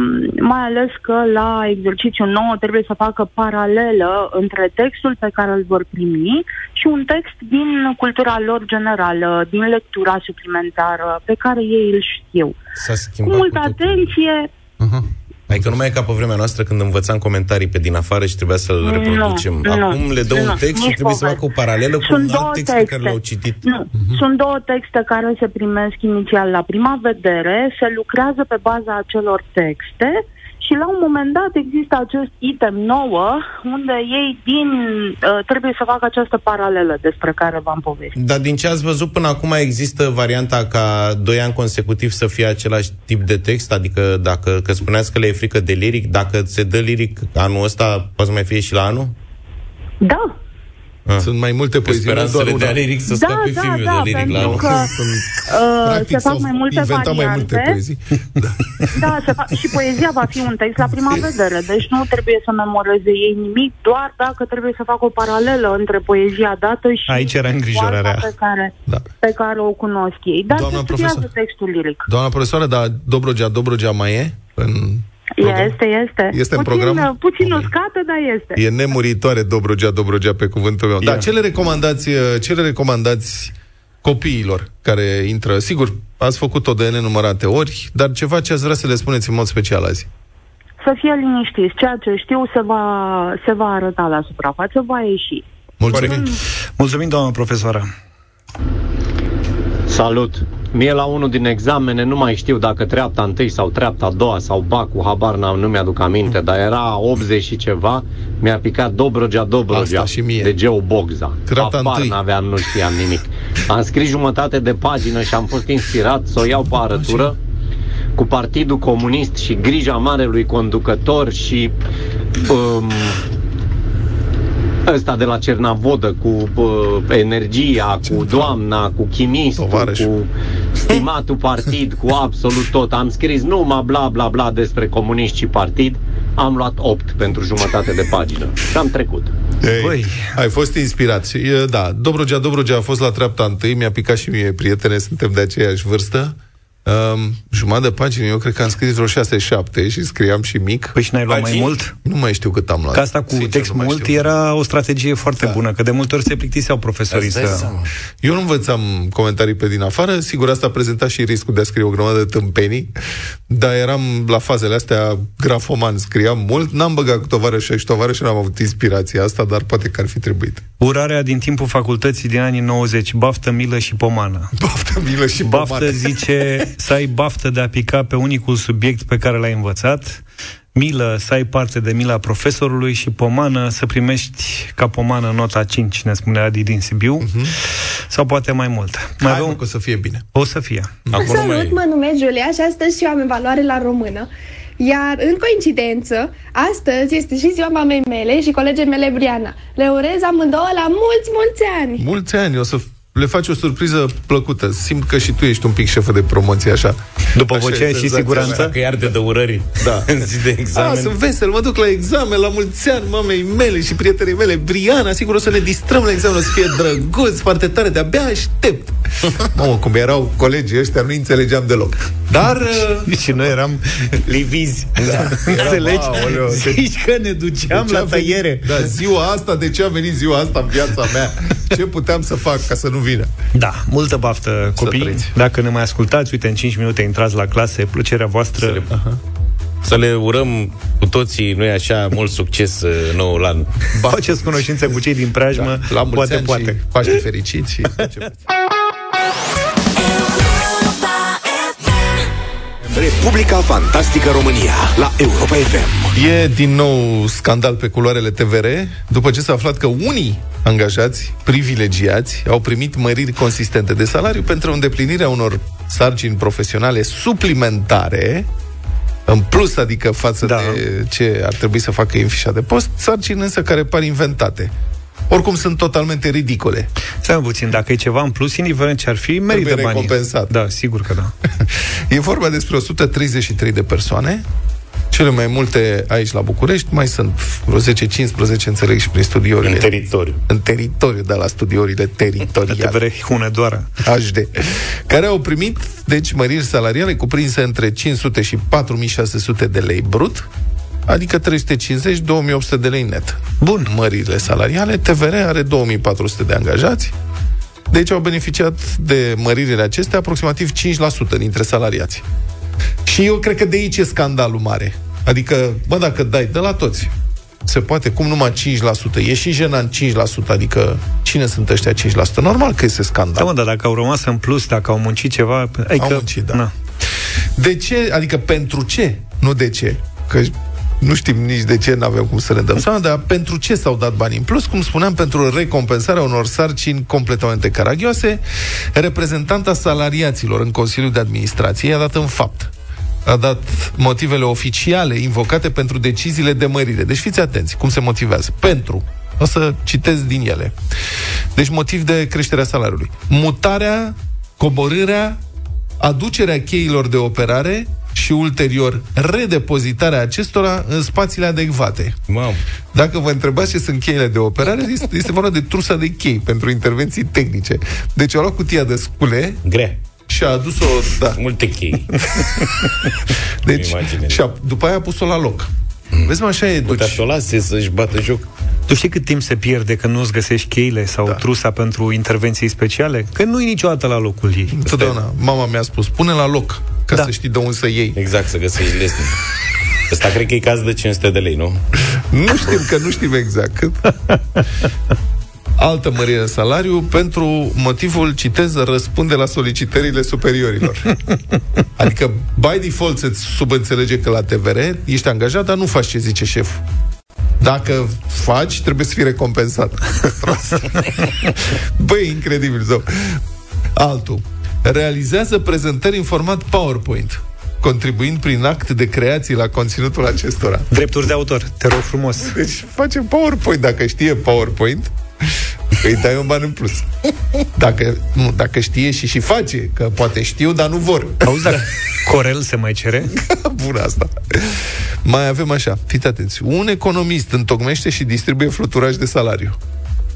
H: mai ales că la exercițiul nou trebuie să facă paralelă între textul pe care îl vor primi și un text din cultura lor generală, din lectura suplimentară pe care ei îl știu.
C: S-a
H: Cu
C: schimbat
H: multă
C: cu totul.
H: atenție,
C: Adică nu mai e ca pe vremea noastră când învățam comentarii pe din afară și trebuia să-l
H: Nu,
C: reproducem.
H: nu,
C: Acum le dă un
H: nu,
C: text și
H: nici
C: trebuie să
H: poveste.
C: facă o paralelă cu
H: Sunt
C: un
H: două
C: alt text pe
H: texte.
C: care l-au citit. Mhm.
H: Nu. Sunt două texte care se primesc inițial la prima vedere, se lucrează pe baza acelor texte și la un moment dat există acest item nouă unde ei din uh, trebuie să facă această paralelă despre care v-am povestit.
C: Dar din ce ați văzut până acum există varianta ca doi ani consecutiv să fie același tip de text? Adică dacă că spuneați că le e frică de liric, dacă se dă liric anul ăsta, poate să mai fie și la anul?
H: Da,
B: Sunt mai multe
C: Că
B: poezii,
C: speram
B: nu
C: să
B: doar
C: le dea
B: una.
C: liric să
H: Da,
C: scape
H: da,
C: filmul
H: da,
C: de liric la
H: pentru
C: anul.
H: că- uh, se fac
B: s-au
H: mai multe
B: inventat mai multe
H: variante.
B: poezii.
H: da, se fa- și poezia va fi un text la prima vedere, deci nu trebuie să memoreze ei nimic, doar dacă trebuie să facă o paralelă între poezia dată și
A: Aici era îngrijorarea.
H: oalta pe care,
B: Da.
H: da. pe care o cunosc ei. Dar
B: Doamna
H: se studiază
B: profesor.
H: textul liric.
B: Doamna profesoară, dar Dobrogea, Dobrogea mai e? În... program?
H: Este, este.
B: Este în
H: puțin,
B: program?
H: Puțin uscată, dar este.
B: E nemuritoare Dobrogea, Dobrogea pe cuvântul meu. Dar ce le recomandați, uh, ce le recomandați copiilor care intră? Sigur, ați făcut-o de nenumărate ori, dar ceva ce ați vrea să le spuneți în mod special azi.
H: Să fie liniștiți. Ceea ce știu se va, se va arăta la suprafață, va ieși.
B: Mulțumim.
A: Mulțumim, doamna profesoară.
I: Salut! Mie la unul din examene nu mai știu dacă treapta întâi sau treapta a doua sau bacul, habar n-am, nu mi-aduc aminte, dar era 80 și ceva, mi-a picat Dobrogea, Dobrogea
B: Asta și mie.
I: de Geo Bogza.
B: Treapta
I: Apar
B: întâi.
I: n-aveam, nu știam nimic. Am scris jumătate de pagină și am fost inspirat să o iau pe arătură cu Partidul Comunist și grija marelui conducător și um, ăsta de la Cernavodă cu uh, energia, cu doamna, cu chimistul,
B: Tovarășul.
I: cu stimatul partid, cu absolut tot. Am scris numai bla bla bla despre comuniști și partid. Am luat 8 pentru jumătate de pagină și am trecut.
B: Ei,
A: Băi.
B: Ai fost inspirat. Și, e, Da, Dobrogea, Dobrogea a fost la treapta întâi, mi-a picat și mie prietene, suntem de aceeași vârstă. Um, jumătate de pagini, eu cred că am scris vreo 6-7 și scriam și mic.
A: Păi și n-ai luat mai
C: Pagini?
A: mult?
B: Nu mai știu cât am luat.
A: Că asta cu
B: Sincer,
A: text
B: nu mai
A: mult
B: știu.
A: era o strategie foarte
B: Da.
A: bună, că de multe ori se plictiseau profesorii
C: Îți dai
A: să...
C: seama.
B: Eu nu învățam comentarii pe din afară, sigur asta prezenta și riscul de a scrie o grămadă de tâmpenii, dar eram la fazele astea grafoman, scriam mult, n-am băgat cu tovarășa și tovarășa n-am avut inspirația asta, dar poate că ar fi trebuit.
A: Urarea din timpul facultății din anii 90, baftă, milă și pomană.
B: Baftă milă și
A: Baftă
B: pomană.
A: zice să ai baftă de a pica pe unicul subiect pe care l-ai învățat, milă să ai parte de mila profesorului și pomană să primești ca pomană nota 5, ne spune Adi din Sibiu,
J: Mhm.
A: sau poate mai mult. Mai
B: Hai, mă,
A: avem...
B: că o să fie bine.
A: O să fie.
H: Exact,
C: Acum nu mai...
K: Salut, mă numesc Julia și astăzi și eu am evaluare la română. Iar, în coincidență, astăzi este și ziua mamei mele și colegii mele Briana. Le urez amândouă la mulți, mulți ani!
B: Mulți ani, o să f- le faci o surpriză plăcută. Simt că și tu ești un pic șefă de promoție, așa.
A: După
B: Așa e
A: vocea și
B: senzația
A: siguranță.
B: mea.
C: Că iar de dă urării
B: Da.
C: În zi de
B: Ah,
C: examen
B: sunt vesel, mă duc la examen, la mulți ani, mamei mele și prietenei mele, Briana, sigur o să ne distrăm la examen, o să fie drăguț, foarte tare, de-abia aștept. Mamă, cum erau colegii ăștia, nu înțelegeam deloc. Dar... uh,
J: Și noi eram livizi.
B: Da,
J: Înțelegi?
B: Aoleo, de-
J: Zici că ne duceam
B: de ce
J: la
B: a venit-
J: tăiere.
B: Da, ziua asta, de ce a venit ziua asta în viața mea? Ce puteam să fac ca să nu vină?
A: Da, multă baftă, copii.
B: trăiți.
A: Dacă ne mai ascultați, uite, în 5 minute intrați la clase, plăcerea voastră.
C: Să le urăm cu toții Nu-i așa mult succes uh, noul an
A: Faceți cunoștință cu cei din preajmă,
B: Da, La mulți
A: poate,
B: ani
A: poate.
B: și Paște fericiți și tot ce vreți.
L: Republica Fantastică România la Europa FM.
B: E din nou scandal pe culoarele TVR după ce s-a aflat că unii angajați privilegiați au primit măriri consistente de salariu pentru îndeplinirea unor sarcini profesionale suplimentare în plus, adică față da.
A: Da.
B: de ce ar trebui să facă ei în fișa de post, sarcini însă care par inventate. Oricum sunt totalmente ridicole.
A: Stai puțin, dacă e ceva în plus, indiferent ce ar fi, merită
B: Trebuie
A: banii.
B: recompensat.
A: Da, sigur că da.
B: E vorba despre 133 de persoane, cele mai multe aici la București, mai sunt vreo 10-15, înțeleg, și prin studiourile
C: În teritoriu
B: în teritoriu, de la studiourile
A: Te
B: teritoriale.
A: vrei
B: Da.
A: hunedoara.
B: HD, care au primit, deci, măriri salariale cuprinse între 500 și 4600 de lei brut, adică 350-2800 de lei net. Bun. Măririle salariale, TVR are 2400 de angajați, deci au beneficiat de măririle acestea aproximativ 5% dintre salariați. Și eu cred că de aici e scandalul mare. Adică, bă, dacă dai de la toți, se poate, cum numai 5%. E și jenant 5%, adică cine sunt ăștia 5%? Normal că este scandal.
A: Da, mă, dar dacă au rămas în plus, dacă au muncit ceva... Adică,
B: muncit, da.
A: na.
B: De ce? Adică pentru ce? Nu de ce. Că nu știm nici de ce, nu avem cum să ne dăm seama, dar pentru ce s-au dat bani în plus? Cum spuneam, pentru recompensarea unor sarcini completamente caragioase, reprezentanta salariaților în Consiliul de Administrație i-a dat în fapt a dat motivele oficiale invocate pentru deciziile de mărire. Deci fiți atenți cum se motivează. Pentru. O să citez din ele. Deci motiv de creșterea salariului. Mutarea, coborârea, aducerea cheilor de operare și ulterior redepozitarea acestora în spațiile adecvate.
C: Mamă
B: Dacă vă întrebați ce sunt cheile de operare, este, este vorba de trusa de chei pentru intervenții tehnice. Deci a luat cutia de scule
C: Grea
B: și a adus-o... Da.
C: Multe chei
B: Deci,
C: Imagine.
B: și a, după aia a pus-o la loc. Vezi, mă, așa e, deci,
C: Putea
B: duci.
C: să o lase să-și bată joc
A: Tu știi cât timp se pierde când nu-ți găsești cheile sau
B: Da.
A: da. trusa pentru intervenții speciale? Că nu-i niciodată la locul ei.
B: Da. Întotdeauna, mama mi-a spus, pune la loc, ca da.
A: Da.
B: să știi de unde să iei.
C: Exact, să găsești lesnic Ăsta cred că e caz de 500 de lei, nu?
B: Nu știm, că nu știm exact cât. Altă mărire în salariu pentru motivul, citez, răspunde la solicitările superiorilor. Adică, by default, se subînțelege că la TVR ești angajat, dar nu faci ce zice șeful. Dacă faci, trebuie să fii recompensat. Băi, incredibil, zău. Altul. Realizează prezentări în format PowerPoint, contribuind prin act de creații la conținutul acestora.
A: Drepturi de autor, te rog frumos.
B: Deci face PowerPoint, dacă știe PowerPoint. Îi dai un ban în plus. Dacă, nu, dacă știe și și face, că poate știu, dar nu vor.
A: Auzi, dacă
B: Da.
A: Corel se mai cere?
B: Bună asta. Mai avem așa, fiți atenți. Un economist întocmește și distribuie fluturaș de salariu.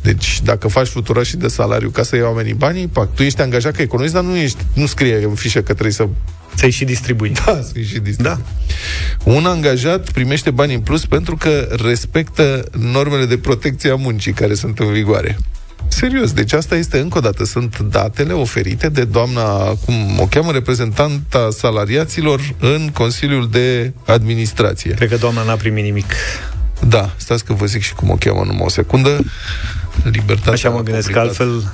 B: Deci, dacă faci fluturaș și de salariu ca să iei oamenii banii, pac, tu ești angajat ca economist, dar nu, ești, nu scrie în fișă că trebuie să...
A: Să-i și distribui.
B: Da, să-i și distribui. Da. Un angajat primește bani în plus pentru că respectă normele de protecție a muncii care sunt în vigoare. Serios, deci asta este încă o dată. Sunt datele oferite de doamna, cum o cheamă, reprezentanta salariaților în Consiliul de Administrație.
A: Cred că doamna n-a primit nimic.
B: Da, stați că vă zic și cum o cheamă numai o secundă. Libertatea
A: Așa mă gândesc, că
B: publicată.
A: altfel...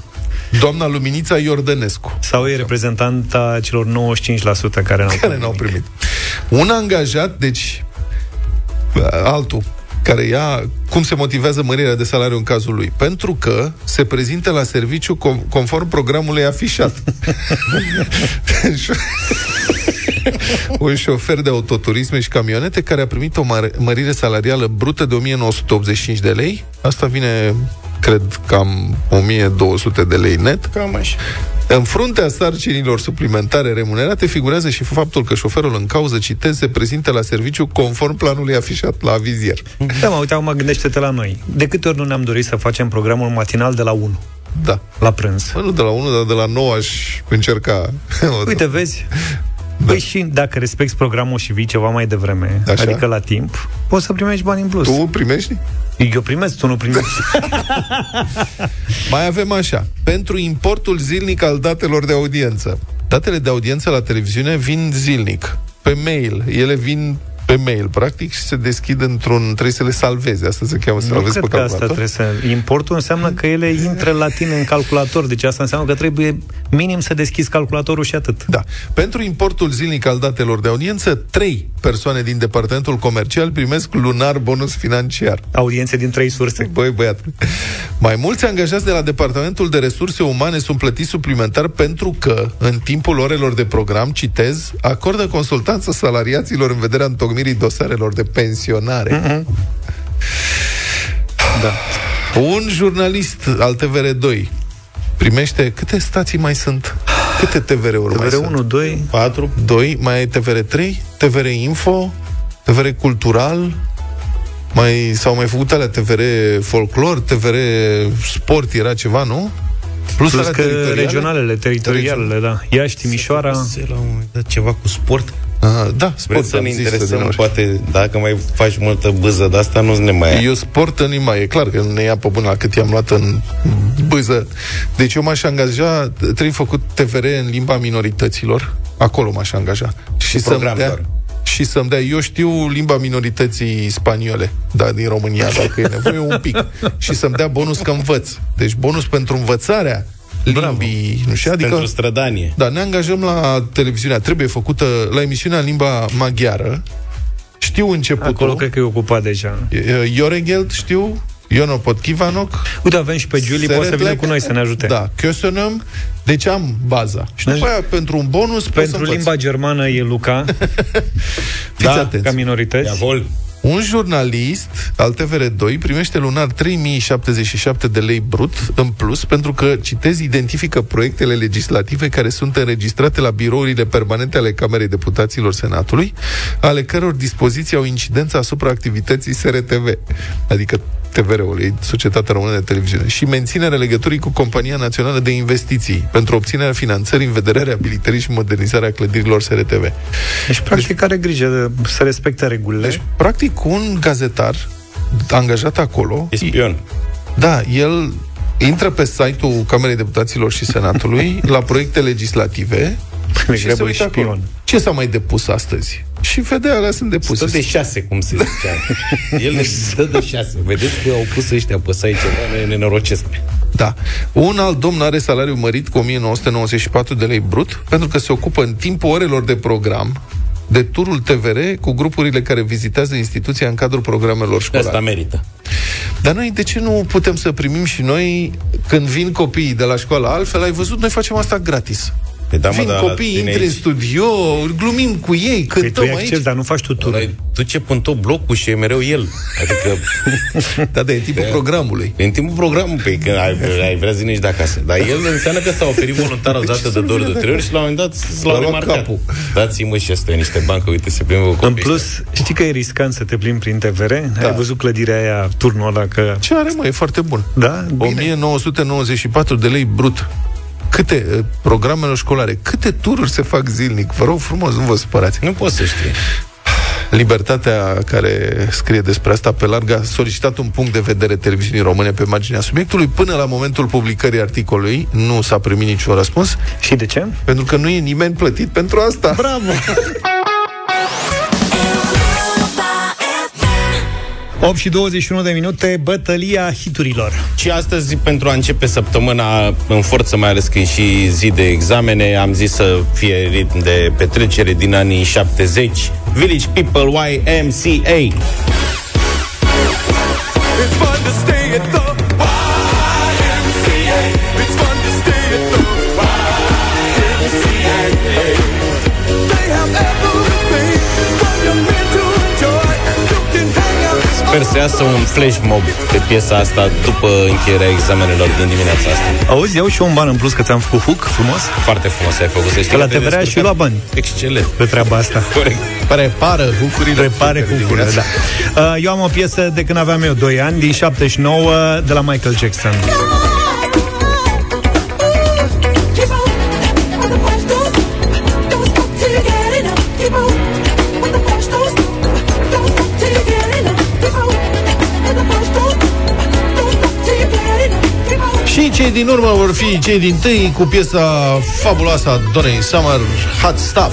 B: Doamna Luminița Iordănescu.
A: Sau e reprezentanta celor 95% care n-au
B: care n-au primit. Un angajat, deci uh, altul, care ia cum se motivează mărirea de salariu în cazul lui. Pentru că se prezintă la serviciu com- conform programului afișat. un șofer de autoturisme și camionete care a primit o mare- mărire salarială brută de 1985 de lei. Asta vine, cred, cam 1200 de lei net.
C: Cam așa.
B: În fruntea sarcinilor suplimentare remunerate figurează și faptul că șoferul în cauză, citez, se prezintă la serviciu conform planului afișat la vizier.
A: Da, mă, uite, acum gândește-te la noi. De câte ori nu ne-am dorit să facem programul matinal de la 1?
B: Da.
A: La prânz.
B: Bă, nu de la 1, dar de la 9 aș încerca.
A: Uite, vezi? Da. Păi și dacă respecti programul și vii ceva mai devreme,
B: Așa.
A: Așa. adică la timp, poți să primești bani în plus.
B: Tu primești?
A: Eu primesc, tu nu primești.
B: Mai avem așa. Pentru importul zilnic al datelor de audiență. Datele de audiență la televiziune vin zilnic, pe mail. Ele vin pe mail, practic, și se deschid într-un... Trebuie să le salvezi. Asta se cheamă
A: nu
B: salvezi
A: cred
B: pe
A: că asta
B: calculator.
A: trebuie să... Importul înseamnă că ele intră la tine în calculator, deci asta înseamnă că trebuie minim să deschizi calculatorul și atât.
B: Da. Pentru importul zilnic al datelor de audiență, trei persoane din departamentul comercial primesc lunar bonus financiar.
A: Audiențe din trei surse.
B: Băi, băiat. Mai mulți angajați de la departamentul de resurse umane sunt plătiți suplimentar pentru că, în timpul orelor de program, citez, acordă consultanță salariaților în vederea întocmirii dosarelor de pensionare. Mm-hmm.
A: Da.
B: Un jurnalist al TVR2 primește... Câte stații mai sunt? Câte TVR-uri mai sunt?
A: TVR 1, 2,
B: 4, 2, mai e TVR3, TVR Info, TVR Cultural, mai, s-au mai făcut alea TVR Folclor, TVR Sport era ceva, nu?
A: plus,
B: alea
A: plus că
B: teritoriale?
A: regionalele, teritorialele, da. Iași, Timișoara,
C: La un moment dat, ceva cu sport.
B: Aha, da, sport.
C: Vreți să
B: am
C: ne
B: zis din
C: interesăm,
B: nou.
C: poate, dacă mai faci multă bâză de asta, nu ne mai
B: Eu sport în lima, e clar că nu ne ia pe bună la cât i-am luat în bâză. Deci eu m-aș angaja, trebuie făcut TVR în limba minorităților, acolo m-aș angaja. Și să-mi
C: program
B: dea,
C: doar.
B: și să-mi dea, eu știu limba minorității spaniole, da, din România, dacă e nevoie, un pic. Și să-mi dea bonus că învăț. Deci bonus pentru învățarea limbii, nu știu, adică...
C: Pentru strădanie.
B: Da, ne angajăm la televiziunea, trebuie făcută la emisiunea în limba maghiară. Știu începutul.
A: acolo cred că e ocupat deja.
B: Joregeld, știu, Iono Potkivanoc.
A: Uite, avem și pe Julie, poate să vină cu noi să ne ajute.
B: Da, Kösönöm. Deci am baza. Și după aia, pentru un bonus, pot să
A: Pentru
B: învăț.
A: limba Da. germană e Luca,
B: Fiți atenți.
A: ca minorități.
C: Vol.
B: Un jurnalist al TVR2 primește lunar 3077 de lei brut în plus pentru că, citez, identifică proiectele legislative care sunt înregistrate la birourile permanente ale Camerei Deputaților Senatului, ale căror dispoziții au incidență asupra activității SRTV, adică TVR-ul, e Societatea Română de Televiziune, și menținerea legăturii cu Compania Națională de Investiții pentru obținerea finanțării în vederea reabilitării și modernizarea clădirilor SRTV.
A: Deci, practic, are grijă de- să respecte regulile.
B: Deci, practic, un gazetar angajat acolo,
C: Espion.
B: da, el intră pe site-ul Camerei Deputaților și Senatului la proiecte legislative
C: Păi
A: Trebuie
B: și se uită acolo.
A: șpion.
B: Ce s-a mai depus astăzi? Și vede, alea sunt depuse.
C: Stă de șase, cum se zicea. El ne stă de șase. Vedeți că au pus ăștia pe site ceva, ne nenorocesc.
B: Da. Un alt domn are salariu mărit cu 1994 de lei brut pentru că se ocupă în timpul orelor de program de turul TVR cu grupurile care vizitează instituția în cadrul programelor
C: De asta
B: școlare.
C: merită.
B: Dar noi de ce nu putem să primim și noi când vin copiii de la școală altfel? Ai văzut, noi facem asta gratis.
C: Păi da, mă,
B: Vin
C: dar la
B: copiii,
C: tine
B: intri în
C: aici- Păi
B: studio, glumim cu ei,
A: Păi
B: cântăm aici.
C: dar nu faci tu turul. Tu ce pun tot blocul și e mereu el. Adică...
B: da, da, e tipul
C: programului. E în timpul programului, pe că ai, ai vrea să nici de acasă. Dar el înseamnă că s-a oferit voluntar o dată de două ori, de trei ori și la un moment dat s-
B: L-a
C: l-au
B: luat
C: remarcat. Capul. Dați-mă și ăsta niște bani, că uite, se plimbă cu
A: În
C: copiii
A: plus, știi că e riscant să te plimbi prin TVR? Da.
C: Da.
A: Ai văzut clădirea aia, turnul ăla, că...
B: Ce are, mă, e foarte bun.
A: Da?
B: 1994 de lei brut. Câte uh, programele școlare, câte tururi se fac zilnic? Vă rog frumos, nu vă supărați.
C: Nu poți să știi.
B: Libertatea care scrie despre asta pe larg a solicitat un punct de vedere televiziunii române pe marginea subiectului. Până la momentul publicării articolului nu s-a primit niciun răspuns.
A: Și de ce?
B: Pentru că nu e nimeni plătit pentru asta.
C: Bravo!
A: 8 și 21 de minute, bătălia hiturilor.
C: Și astăzi, pentru a începe săptămâna în forță, mai ales că e și zi de examene, am zis să fie ritm de petrecere din anii 70. Village People YMCA.
M: It's fun to stay at the YMCA. It's fun to stay at the YMCA. They have everything that you're meant to enjoy. You can hang out.
C: Sper să iasă un flash mob pe piesa asta după încheierea examenelor din dimineața asta.
A: Auzi, iau și eu un ban în plus că ți-am făcut hook frumos.
C: Foarte frumos ai făcut, să știi
A: Că la
C: te-ai
A: TVR ai și
C: descurcat
A: luat bani.
C: Excelent.
A: Pe treaba asta.
C: Corect.
B: Prepară hucurile.
A: Repare hucurile, da. Uh, Eu am o piesă de când aveam eu 2 ani, din 79, de la Michael Jackson.
B: Și cei din urmă vor fi cei din tâi cu piesa fabuloasă a Donei Summer, Hot Stuff.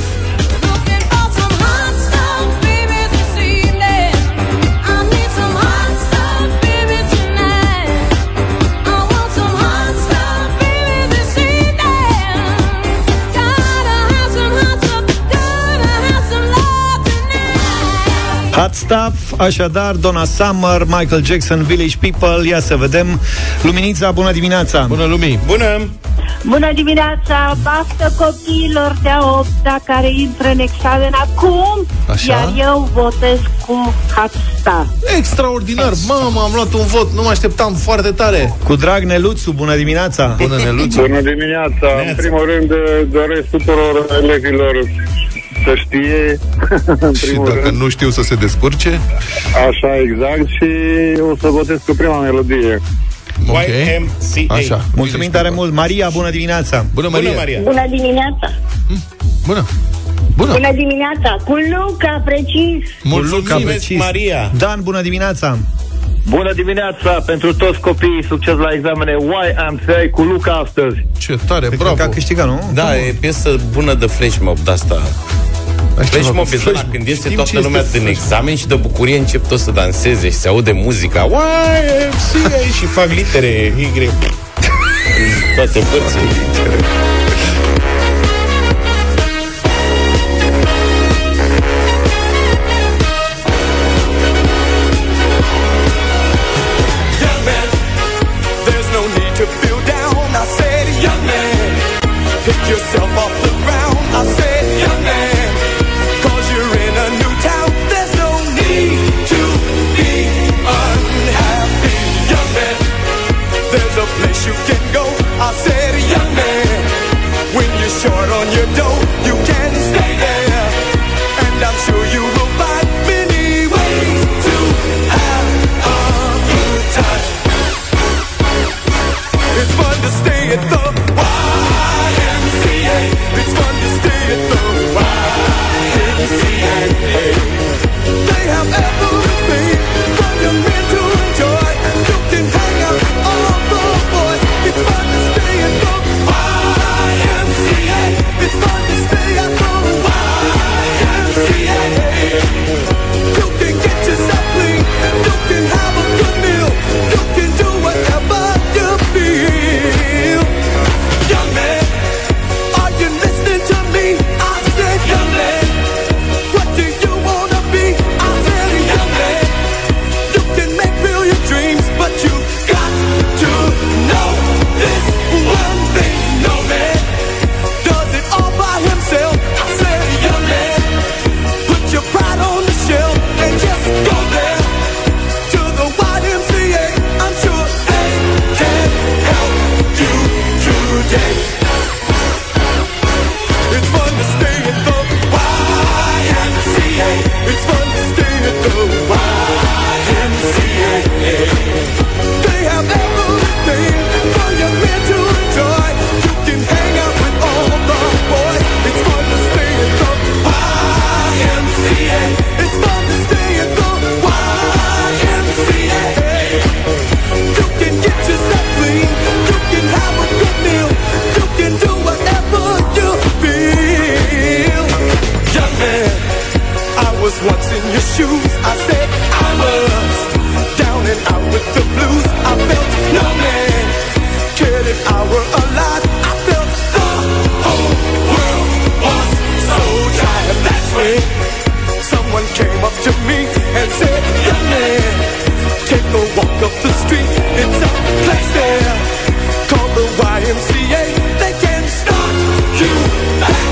A: Hot Stuff, așadar, Donna Summer, Michael Jackson, Village People, ia să vedem. Luminița, bună dimineața!
B: Bună, Lumii!
C: Bună!
N: Bună dimineața! Baftă copiilor de-a opta care intră în examen acum,
B: Așa.
N: iar eu votez cu Hatsta.
B: Extraordinar! Mamă, am luat un vot, nu mă așteptam foarte tare.
A: Cu drag, Neluțu, bună dimineața!
B: Bună, Neluțu!
O: Bună dimineața! În primul rând eh, doresc tuturor uh, elevilor să știe, în
B: Și da.
O: primul
B: dacă
O: rând,
B: nu știu să se descurce,
O: așa exact, și o să votez cu prima melodie.
B: Okay.
C: YMCA.
B: Așa.
A: Mulțumim tare mult! Maria, bună dimineața!
B: Bună,
C: Maria. Bună, Maria.
P: Bună dimineața!
B: Bună!
P: Bună! Bună dimineața! Cu Luca, precis!
A: Luca, precis. Dan, bună dimineața!
Q: Bună dimineața pentru toți copiii, succes la examene YMCA cu Luca astăzi.
B: Ce tare,
Q: Cred
C: bravo.
Q: că a câștigat,
A: nu?
C: Da, e piesă bună de flash mob de asta. Flash
B: ceva
C: mob
B: cu
C: e
B: flash
C: zona
B: mob.
C: când iese
B: Știm ce
C: toată
B: este
C: lumea din
B: flash
C: examen și de bucurie încep toți să danseze și se aude muzica. YMCA și fac litere Y. În toate părțile.
M: Young man, there's no need to feel down. I said, young man, pick yourself off the ground. I said, young man, cause you're in a new town. There's no need to be unhappy. Young man, there's a place you can go. I said, young man, when you're short on your dough, you can stay there. And I'm sure you will find many ways to have a good time. It's fun to stay at the YMCA. It's fun to stay at the YMCA. They have everything that you're meant to enjoy. You can hang out with all the boys. It's fun to stay at the YMCA. It's fun to stay at the YMCA. You can get yourself clean and you can have a good meal. You can do whatever you feel. can do whatever you feel. Young man, I was once in your shoes. I said I was down and out with the blues. I felt no man cared if I were alive. I felt the whole world was so tired. That's when someone came up to me and said, Young man, take a walk up the street. It's a place there called the YMCA. They can start you back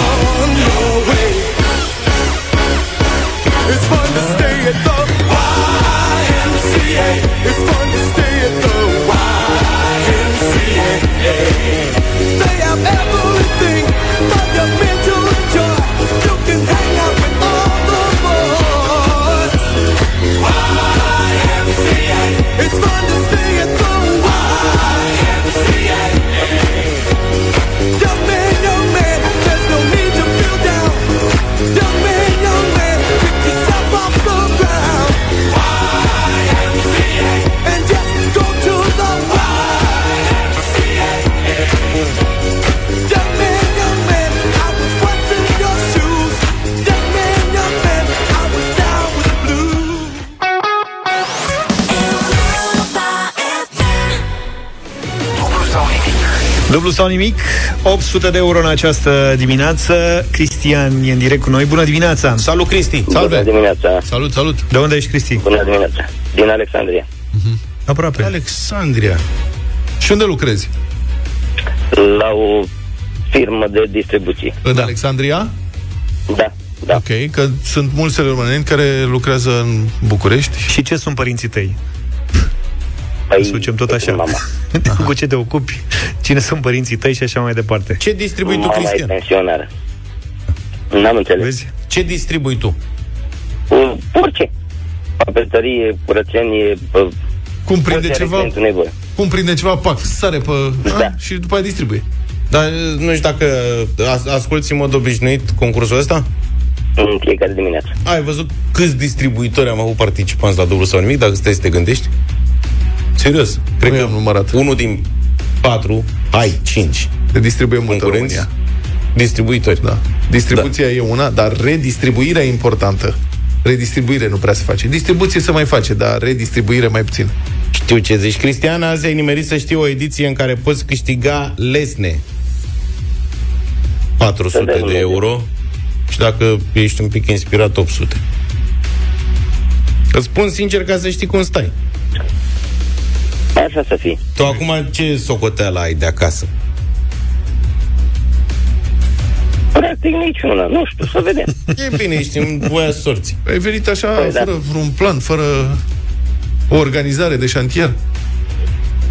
M: on your way. It's fun to stay at the YMCA. It's fun to stay at the YMCA. They have everything from your mental joy. You can hang out with all the boys. YMCA. It's fun to stay at the YMCA. Young man, young man, there's no need to feel down. Young man, young man, pick yourself off the ground. YMCA. And just go to the YMCA. Young man, young man, I was once in your shoes. Young man, young man, I was down with the blues.
A: Dublu sau nimic, 800 de euro în această dimineață. Cristian e în direct cu noi. Bună dimineața! Salut, Cristi!
R: Bună dimineața!
A: Salut, salut! De unde ești, Cristi?
R: Bună dimineața! Din Alexandria.
A: Aproape.
B: Alexandria. Și unde lucrezi?
R: La o firmă de distribuție.
B: În da. Alexandria?
R: Da.
B: Da. Ok, că sunt mulți români care lucrează în București.
A: Și ce sunt părinții tăi?
R: Păi,
A: Să ducem tot așa. cu ce te ocupi, cine sunt părinții tăi și așa mai departe.
C: Ce distribui
B: Da,
C: tu,
R: Mama
C: Cristian?
R: e pensionară. N-am înțeles.
A: Vezi?
C: Ce distribui tu?
R: Cu orice. Papetărie, curățenie... bă,
B: Cum prinde
R: orice are
B: ceva?
R: clientul nevoie.
B: Cum prinde ceva, pac, sare pe... Da. Și după aia distribuie.
C: Dar nu știu dacă as- asculti în mod obișnuit concursul ăsta?
R: În fiecare dimineață.
C: Ai văzut câți distribuitori am avut participanți la dublu sau nimic, dacă stai să te gândești? Serios. Cred că am numărat. Unul din patru, ai cinci.
B: Te distribuie mult în
C: concurenți.
B: România.
C: Distribuitori.
B: Da. Distribuția da. e una, dar redistribuirea e importantă. Redistribuire nu prea se face. Distribuție se mai face, dar redistribuire mai puțin.
C: Știu ce zici, Cristian. Azi ai nimerit să știi o ediție în care poți câștiga lesne. 400 de euro. Și dacă ești un pic inspirat, 800. Îți spun sincer ca să știi cum stai.
R: Așa să fie.
C: Tu acum ce socoteală ai de acasă?
R: Practic niciuna, nu știu, să vedem.
C: E bine, ești în voia sorții.
B: Ai venit așa,
R: Păi, da.
B: fără vreun plan, fără o organizare de șantier.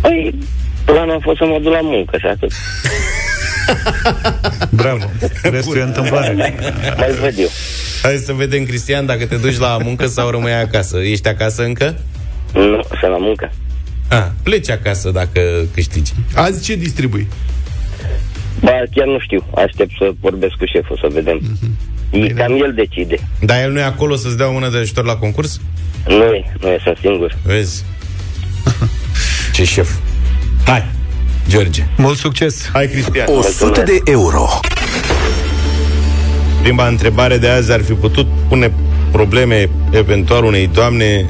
R: Păi, planul a fost să mă duc la muncă și atât.
A: Bravo. Restul e întâmplare.
R: Mai văd eu.
C: Hai să vedem, Cristian, dacă te duci la muncă sau rămâi acasă. Ești acasă încă?
R: Nu, sunt la muncă.
C: A, pleci acasă dacă câștigi.
B: Azi ce distribui?
R: Ba, chiar nu știu. Aștept să vorbesc cu șeful, să vedem. E, cam el decide.
C: Dar el nu e acolo să-ți dea o mână de ajutor la concurs?
R: Nu e, nu e, sunt singur.
C: Vezi? Ce șef. Hai, George.
A: Mult succes!
C: Hai, Cristian.
L: 100 de euro.
C: Prima întrebare de azi ar fi putut pune probleme eventual unei doamne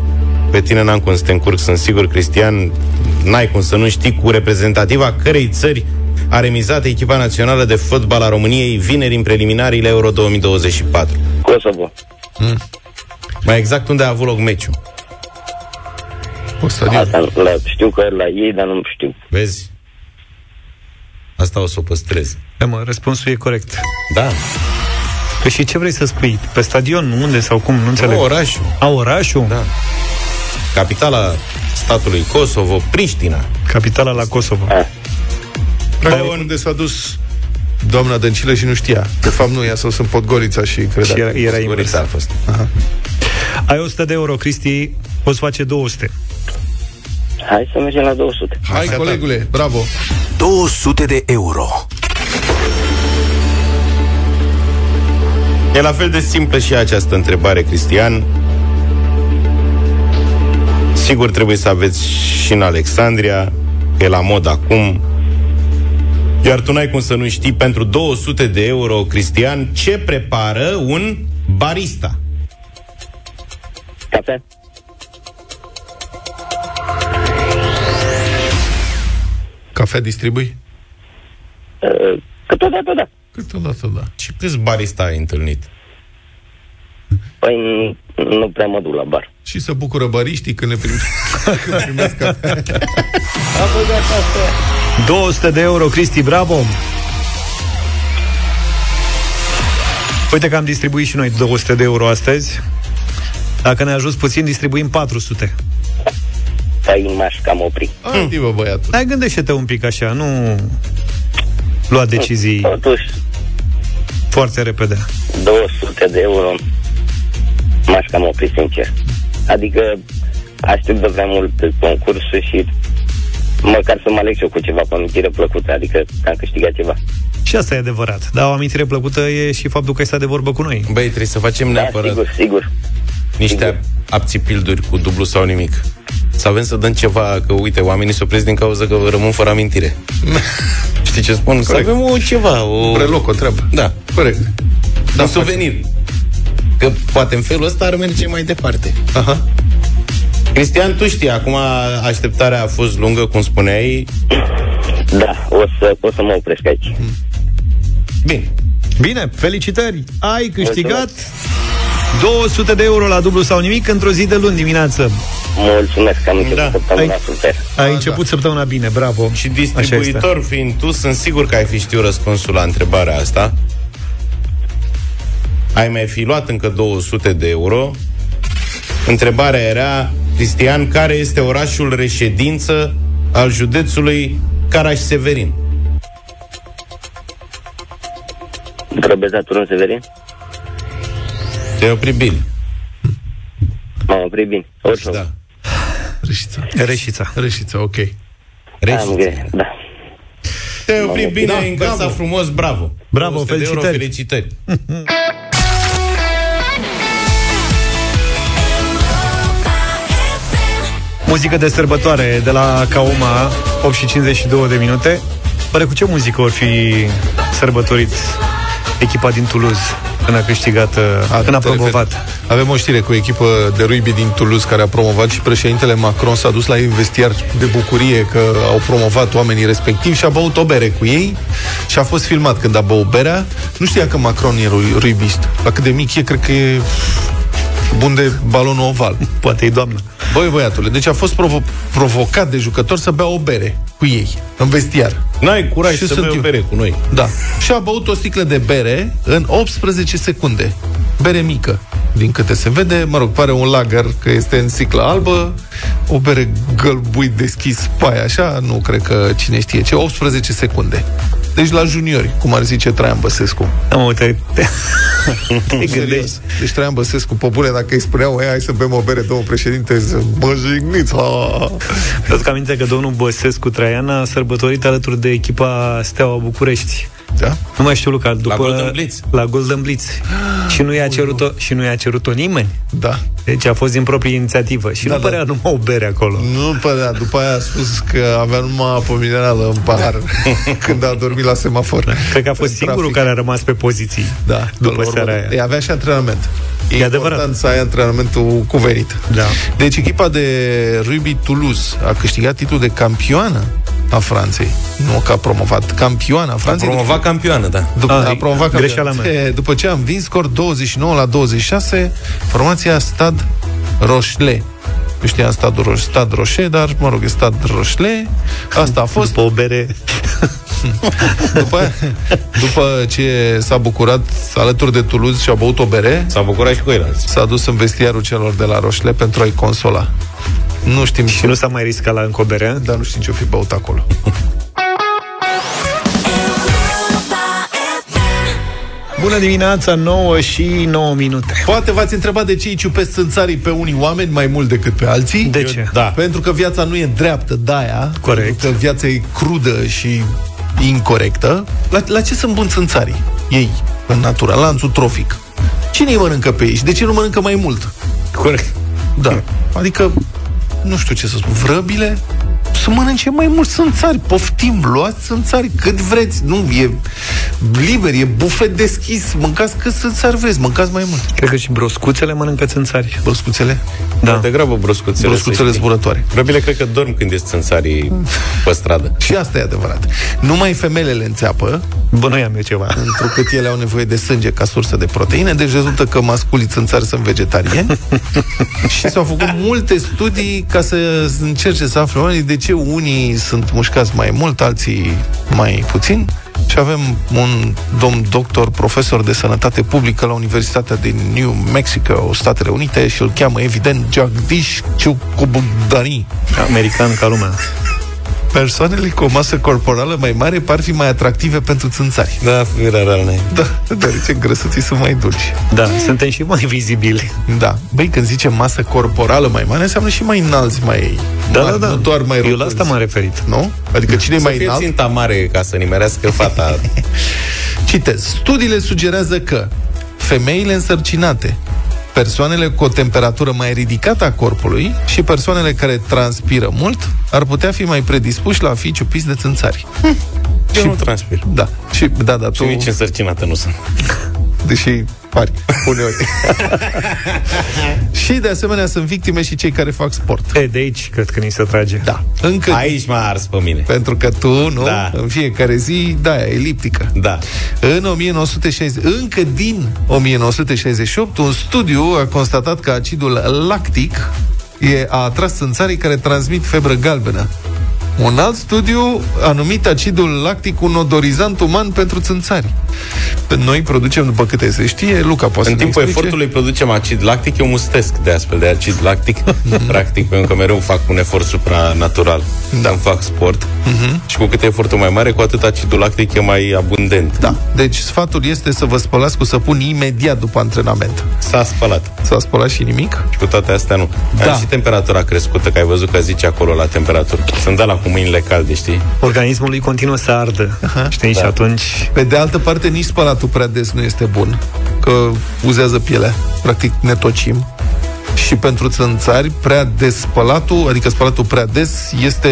C: pe tine n-am cum să te încurc, sunt sigur, Cristian, n-ai cum să nu știi cu reprezentativa cărei țări a remizat echipa națională de fotbal a României vineri în preliminariile Euro 2024.
R: Kosovo.
C: Mai exact unde a avut loc meciul.
R: Asta, la, știu că e la ei, dar nu știu.
C: Vezi? Asta o să o păstrez.
A: Da, mă, răspunsul e corect.
C: Da.
A: Păi și ce vrei să spui? Pe stadion? Unde sau cum? Nu înțeleg.
C: Nu, orașul.
A: A, orașul? Da.
C: Capitala statului Kosovo, Priștina.
A: Capitala la
R: Da,
A: Kosovo.
B: Practic unde s-a dus doamna Dăncilă și nu știa. De fapt nu, ea sau sunt Podgorița și credea.
A: Și era-
B: că-
A: era
B: Podgorița
A: invers.
C: a fost.
A: Ai 100 de euro, Cristi, poți face 200.
R: Hai să mergem la 200.
B: Hai, colegule, bravo!
L: 200 de euro.
C: E la fel de simplă și această întrebare, Cristian. Sigur trebuie să aveți și în Alexandria, că e la mod acum. Iar tu n-ai cum să nu știi pentru 200 de euro, Cristian, ce prepară un barista?
R: Cafea.
B: Cafea distribui?
R: Câteodată da.
B: Câteodată da.
C: Și câți barista ai întâlnit?
R: Păi n- nu prea mă duc la bar.
B: Și să bucură bariștii când le primesc, când primesc cafea.
S: 200 de euro, Cristi, bravo!
A: Uite că am distribuit și noi 200 de euro astăzi. Dacă ne-a ajuns puțin, distribuim 400.
R: Păi m-aș cam opri.
B: Adi, bă, băiatul.
A: Hai, gândește-te un pic așa, nu lua decizii
R: Totuși,
A: foarte repede.
R: 200 de euro m-aș cam opri sincer. Adică aștept de prea mult concursul și măcar să mă aleg și eu cu ceva pe amintire plăcută, adică am câștigat ceva.
A: Și asta e adevărat. Dar o amintire plăcută e și faptul că ai stat de vorbă cu noi.
C: Băi, trebuie să facem
R: Da,
C: neapărat
R: sigur, sigur.
C: niște apțipilduri cu dublu sau nimic. Să avem să dăm ceva, că uite, oamenii se opresc din cauza că rămân fără amintire. Știi ce spun? Să
B: Corect.
C: avem o ceva, o...
B: Preloc, o treabă.
C: Da.
B: Corect.
C: Da, un suvenir. Că poate în felul ăsta ar merge mai departe.
B: Aha.
C: Cristian, tu știi, acum așteptarea a fost lungă, cum spuneai.
R: Da, o să, o să mă opresc aici.
C: Hmm. Bine.
S: Bine, felicitări! Ai câștigat 200 de euro la dublu sau nimic într-o zi de luni dimineață.
R: Mulțumesc că am început
C: Da.
R: da. săptămâna
S: Ai-
R: super.
S: Ai început săptămâna bine, bravo!
C: Și
S: Așa
C: distribuitor fiind tu, sunt sigur că ai fi știut răspunsul la întrebarea asta. Ai mai fi luat încă 200 de euro. Întrebarea era, Cristian, care este orașul reședință al județului Caraș-Severin?
R: Drăbeza Turun Severin?
C: Te-ai oprit bine.
R: M-am oprit bine. Oricum. Da.
B: Reșița.
A: este. Reșița.
B: Reșița, ok.
R: Am gre- da.
C: Te-ai oprit bine,
R: Da,
C: ai încasat
R: bravo.
C: frumos, bravo.
S: Bravo,
C: 200 de euro,
S: felicitări.
C: felicitări.
A: Muzică de sărbătoare de la Kaoma, 8 și 52 de minute. Oare cu ce muzică or fi sărbătorit echipa din Toulouse când a câștigat, uh, a, când a
B: te referi-
A: promovat?
B: Avem o știre cu o echipă de rugby din Toulouse care a promovat și președintele Macron s-a dus la investiar de bucurie că au promovat oamenii respectivi și a băut o bere cu ei și a fost filmat când a băut berea. Nu știa că Macron e ru- rugbist. La cât de mic e, cred că e bun de balonul oval.
A: Poate e doamnă.
B: Băi, băiatule, deci a fost provo- provocat de jucător să bea o bere cu ei, în vestiar.
C: N-ai curaj
B: Și
C: să
B: sunt
C: bei o
B: eu.
C: bere cu noi.
B: Da. Și a băut o sticlă de bere în 18 secunde. Bere mică, din câte se vede. Mă rog, pare un lager că este în sticlă albă. O bere gălbuit deschis, pai așa, nu cred că cine știe ce. 18 secunde. Deci la juniori, cum ar zice Traian Băsescu.
A: Am uite, te, te gândești.
B: Serios. Deci Traian Băsescu, popule, dacă îi spuneau, "Ei, hai să bem o bere, două președinte, să mă jigniți. ha."
A: Îți aminte că domnul Băsescu Traian a sărbătorit alături de echipa Steaua București.
B: Da?
A: Nu mai știu, Luca, după...
C: Golden Blitz.
A: La Golden Blitz. și nu i-a cerut-o, și nu i-a cerut-o nimeni.
B: Da.
A: Deci a fost din proprie inițiativă. Și
B: Da,
A: nu
B: da.
A: părea numai o bere acolo.
B: Nu, păi da, după aia a spus că avea numai apă minerală în pahar când a dormit la semafor.
A: Cred că a fost
B: În
A: singurul
B: trafic.
A: care a rămas pe poziții.
B: Da,
A: După
B: până la urmă,
A: seara aia.
B: E, avea și antrenament. E,
A: adevărat.
B: important să ai antrenamentul cuvenit.
A: Da.
B: Deci echipa de rugby Toulouse a câștigat titlul de campioană a Franței. Nu că a promovat. Campioana a Franței. deci
C: Promova campioană, da.
B: După,
A: Ah,
B: a, a
A: e-
B: promovat
A: greșeala
B: campioana.
A: mea.
B: E, După ce am vins scor 29 la 26, formația Stad Roșle. Eu știam Stad, Roș, Stad Roșe, dar, mă rog, e Stad Roșle. Asta a fost.
A: După o bere...
B: După, după ce s-a bucurat alături de Toulouse și a băut o bere,
C: S-a bucurat și cu ceilalți.
B: s-a dus în vestiarul celor de la Roșle pentru a-i consola. Nu știm
A: Și
B: ce,
A: nu s-a mai riscat la încă o bere. da.
B: dar nu știm ce o fi băut acolo.
S: Bună dimineața, 9 și 9 minute.
B: Poate v-ați întrebat de ce îi ciupesc țânțarii pe unii oameni mai mult decât pe alții.
A: De ce?
C: Da.
B: Pentru că viața nu e dreaptă de aia.
A: Corect.
B: Pentru că viața e crudă și incorrectă. La, la ce sunt buni țânțarii? Ei, în natură, lanțul trofic. Cine îi mănâncă pe ei și de ce nu mănâncă mai mult?
C: Corect.
B: Da. Adică, nu știu ce să spun, vrăbile, să mănânce mai mult sânțari, poftim, luați sânțari cât vreți, nu, e liber, e bufet deschis, mâncați cât sânțari vreți, mănâncați mai mult.
A: Cred că și broscuțele mănâncă țânțari.
B: Broscuțele?
C: Da. Mai degrabă broscuțele.
B: Broscuțele zburătoare.
C: Robile, cred că dorm când ești țânțarii pe stradă.
B: Și asta e adevărat. Numai femeile le înțeapă.
A: Bănuiam eu ceva.
B: Întrucât ele au nevoie de sânge ca sursă de proteine, deci rezultă că masculii țânțari sunt vegetariani. și s-au făcut multe studii ca să încerce să afle oamenii de ce unii sunt mușcați mai mult, alții mai puțin. Și avem un domn doctor, profesor de sănătate publică la Universitatea din New Mexico, Statele Unite, și îl cheamă, evident, Jagdish Chukubudani.
A: American ca lumea.
B: Persoanele cu o masă corporală mai mare par fi mai atractive pentru țânțari.
C: Da, era rarne.
B: Da, deoarece grăsății sunt mai dulci.
A: Da, suntem și mai vizibili.
B: Da. Băi, când zice masă corporală mai mare, înseamnă și mai înalți, mai
A: Da,
B: mari,
A: da, da.
B: Nu doar mai
A: Eu la
B: rotunzi.
A: asta Mm. m-am referit.
B: Nu? Adică cine e
C: Să
B: mai
C: fie
B: înalt?
C: ținta mare ca să nimerească fata.
B: Citez. Studiile sugerează că femeile însărcinate, persoanele cu o temperatură mai ridicată a corpului și persoanele care transpiră mult ar putea fi mai predispuși la a fi ciupiți de țânțari.
C: Eu nu transpir.
B: Da. Și, da, da,
C: Și
B: tu...
C: nici însărcinată nu sunt.
B: deși pari, uneori. și, de asemenea, sunt victime și cei care fac sport.
A: E, de aici cred că ni se trage.
B: Da. Încă...
C: Aici m-a ars pe mine.
B: Pentru că tu, nu?
C: Da.
B: În fiecare zi, da, e eliptică.
C: Da.
B: În 1960, încă din 1968, un studiu a constatat că acidul lactic e, a atras țânțarii care transmit febră galbenă. Un alt studiu a numit acidul lactic un odorizant uman pentru țânțari. Noi producem, după câte se știe, Luca poate
C: În
B: să ne
C: timpul
B: explice.
C: efortului producem acid lactic, eu mustesc de astfel de acid lactic,
B: Mhm.
C: practic, pentru că mereu fac un efort supranatural da. când fac sport.
B: Mhm.
C: Și cu cât efortul mai mare, cu atât acidul lactic e mai abundent.
B: Da. Deci sfatul este să vă spălați cu săpun imediat după antrenament.
C: S-a spălat.
B: S-a spălat și nimic?
C: Și cu toate astea nu. Da.
B: Da.
C: Am și temperatura crescută, că ai văzut că zice acolo la temperatură. Sunt de la cu mâinile calde, știi?
A: Organismul lui continuă să ardă. Știi? Da. Și atunci...
B: Pe de altă parte, nici spălatul prea des nu este bun, că uzează pielea, practic ne tocim. Și pentru țânțari, prea des spălatul, adică spălatul prea des, este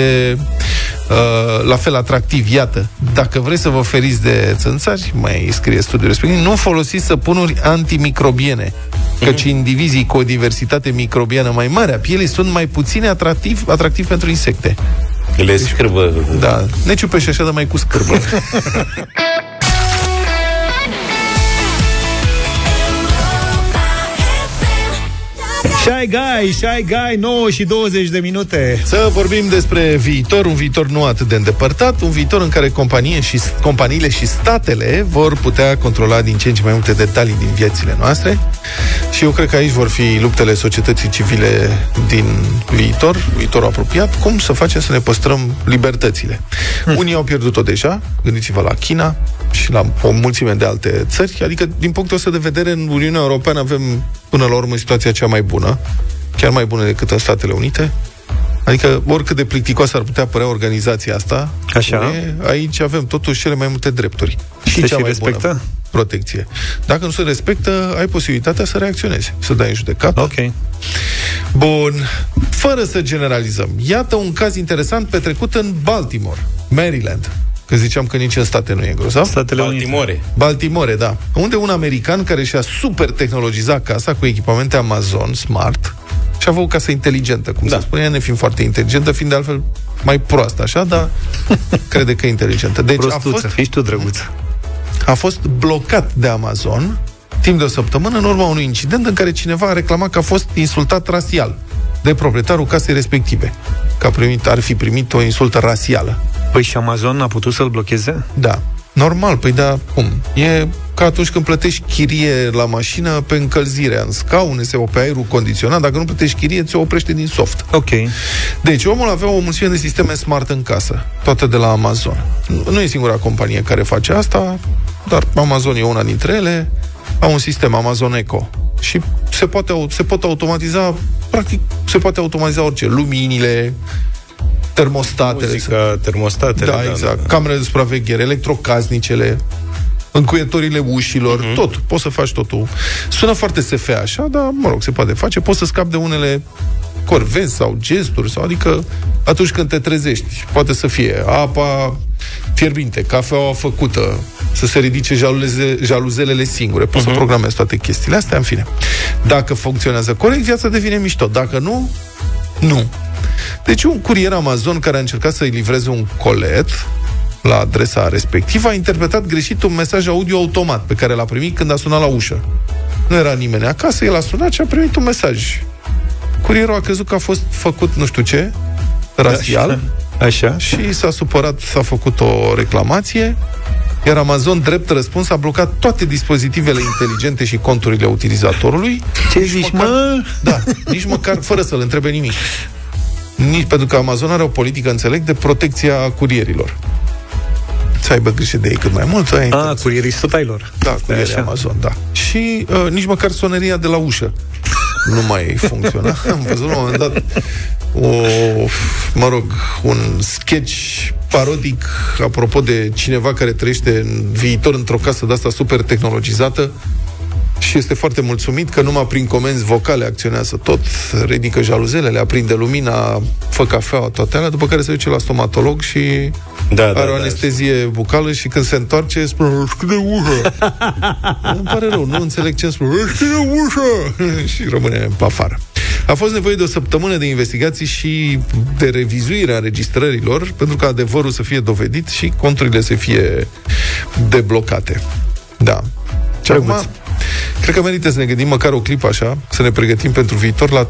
B: uh, la fel atractiv. Iată, dacă vreți să vă feriți de țânțari, mai scrie studiul respectiv, nu folosiți săpunuri antimicrobiene, căci indivizii cu o diversitate microbiană mai mare a pielii sunt mai puțin atractiv, atractiv pentru insecte.
C: Le
B: Deci,
C: scârbă.
B: Da, ne ciupește așa, dar mai cu scârbă.
S: Shy Guy, Shy Guy, 9 și 20 de minute.
B: Să vorbim despre viitor, un viitor nu atât de îndepărtat, un viitor în care companie și, companiile și statele vor putea controla din ce în ce mai multe detalii din viețile noastre și eu cred că aici vor fi luptele societății civile din viitor, viitorul apropiat, cum să facem să ne păstrăm libertățile. Unii au pierdut-o deja, gândiți-vă la China și la o mulțime de alte țări, adică din punctul ăsta de vedere în Uniunea Europeană avem până la urmă situația cea mai bună, chiar mai bună decât în Statele Unite, Adică, oricât de plicticoasă ar putea părea organizația asta,
A: Așa.
B: e, aici avem totuși cele mai multe drepturi.
A: Se și
B: mai
A: respectă?
B: bună protecție. Dacă nu se respectă, ai posibilitatea să reacționezi, să dai în judecată.
A: Ok.
B: Bun. Fără să generalizăm, iată un caz interesant petrecut în Baltimore, Maryland. Că ziceam că nici în state nu e grozav.
A: Statele Unite.
C: Timore.
B: Baltimore, da. Unde un american care și-a super tehnologizat casa cu echipamente Amazon Smart și a avut o casă inteligentă, cum da. se spune, ne fiind foarte inteligentă, fiind de altfel mai proastă așa, dar crede că e inteligentă. Deci a fost
A: Prostuță, ești tu drăguț.
B: a fost blocat de Amazon timp de o săptămână în urma unui incident în care cineva a reclamat că a fost insultat rasial de proprietarul casei respective, că a primit, ar fi primit o insultă rasială.
A: Păi și Amazon a putut să-l blocheze?
B: Da. Normal, păi da, cum? E ca atunci când plătești chirie la mașină pe încălzire, în scaune, se pe aerul condiționat, dacă nu plătești chirie, ți-o oprește din soft.
A: Ok.
B: Deci omul avea o mulțime de sisteme smart în casă, toate de la Amazon. Nu- Nu e singura companie care face asta, dar Amazon e una dintre ele. Au un sistem Amazon Echo și se, poate, au- se pot automatiza, practic, se poate automatiza orice, luminile, termostatele.
C: Muzica, termostatele.
B: Da, exact. Camerele de supraveghere, electrocasnicele, încuietorile ușilor, uh-huh. tot. Poți să faci totul. Sună foarte SF așa, dar, mă rog, se poate face. Poți să scapi de unele corvezi sau gesturi, sau adică atunci când te trezești. Poate să fie apa fierbinte, cafeaua făcută, să se ridice jaluze, jaluzelele singure. Poți uh-huh. să programezi toate chestiile astea, în fine. Dacă funcționează corect, viața devine mișto. Dacă nu, nu. Deci un curier Amazon care a încercat să-i livreze un colet la adresa respectivă a interpretat greșit un mesaj audio automat pe care l-a primit când a sunat la ușă. Nu era nimeni acasă, el a sunat și a primit un mesaj. Curierul a crezut că a fost făcut nu știu ce,
A: Da.
B: rasial,
S: Așa.
B: și s-a supărat, s-a făcut o reclamație, iar Amazon, drept răspuns, a blocat toate dispozitivele inteligente și conturile utilizatorului.
S: Ce zici,
B: măcar, mă? Da, nici măcar fără să-l întrebe nimic. Nici, pentru că Amazon are o politică, înțeleg, de protecția curierilor. Să aibă grijă de ei cât mai mult. Ai
S: A, curierii sutailor.
B: Da, curierii Amazon, da. Și uh, nici măcar soneria de la ușă nu mai funcționa. Am văzut la un moment dat o, mă rog, un sketch parodic apropo de cineva care trăiește în viitor într-o casă de asta super tehnologizată și este foarte mulțumit că numai prin comenzi vocale acționează tot, ridică jaluzelele, aprinde lumina, fă cafeaua, toate alea, după care se duce la stomatolog și da, are da, o anestezie da. bucală și când se întoarce spune "Știu de ușă. Îmi pare rău, nu înțeleg ce îmi spune "Știu de ușă și rămâne pe afară. A fost nevoie de o săptămână de investigații și de revizuirea înregistrărilor pentru ca adevărul să fie dovedit și conturile să fie deblocate. Da. Și acum, cred că merită să ne gândim măcar o clipă așa, să ne pregătim pentru viitor la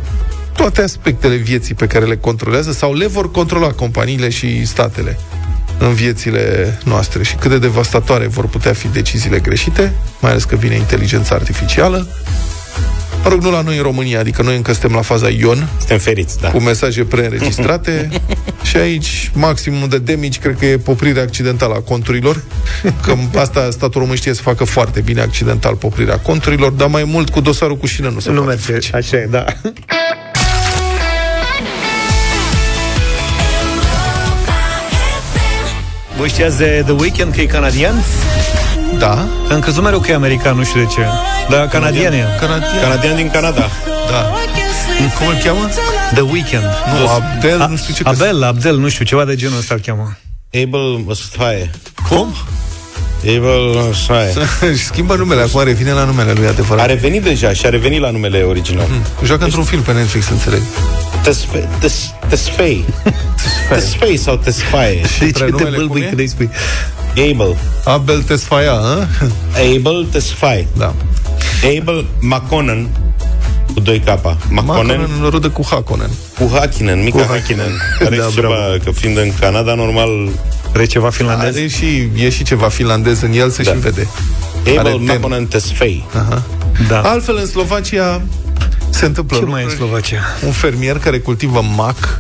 B: toate aspectele vieții pe care le controlează sau le vor controla companiile și statele în viețile noastre și cât de devastatoare vor putea fi deciziile greșite, mai ales că vine inteligența artificială. Mă rog, nu la noi în România, adică noi încă suntem la faza Ion.
C: Suntem feriți, da.
B: Cu mesaje preînregistrate și aici maximum de damage cred că e poprirea accidentală a conturilor, că asta statul român știe să facă foarte bine accidental poprirea conturilor, dar mai mult cu dosarul cu șină nu se
S: Nu
B: poate
S: merge,
B: face.
S: așa e, da. Vă știați de The Weeknd că e canadian?
B: Da.
S: Am crezut mereu că e american, nu știu de ce. Dar canadian e.
B: Canadian.
C: Canadian din Canada.
B: Da. Cum îl cheamă?
S: The Weeknd.
B: Nu, Abdel, nu știu ce.
S: Abel, Abdel, nu știu, ceva de genul ăsta îl cheamă.
C: Abel Mustfaie.
B: Cum?
C: Abel Mustfaie.
B: Și schimbă numele, acum revine la numele lui
C: A
B: adevărat.
C: revenit deja și a revenit la numele original.
B: Joacă într-un film pe Netflix, înțeleg.
C: Tesfei. Tesfei. Tesfei sau Tesfaie.
S: De
B: Deci
S: ce te
B: Prenumele cum
S: bâlbâi
B: e?
S: când îi spui?
C: Abel.
B: Abel Tesfaia, hă?
C: Abel Tesfaie.
B: Da.
C: Abel Maconan cu 2 K. Maconan
B: Maconen rudă cu Hakonen.
C: cu Hakinen, mica
B: Cu
C: Hakinen.
B: Hakkinen.
C: Care
B: Da,
C: da, ceva, că fiind în Canada, normal,
S: Are ceva finlandez?
B: Are și, e și ceva finlandez în el, se
C: Da.
B: și vede.
C: Abel
B: tem.
C: Maconan Tesfaie.
S: Da.
B: Altfel, în Slovacia se întâmplă
S: Ce
B: lucruri.
S: mai e în Slovacia?
B: un fermier care cultivă mac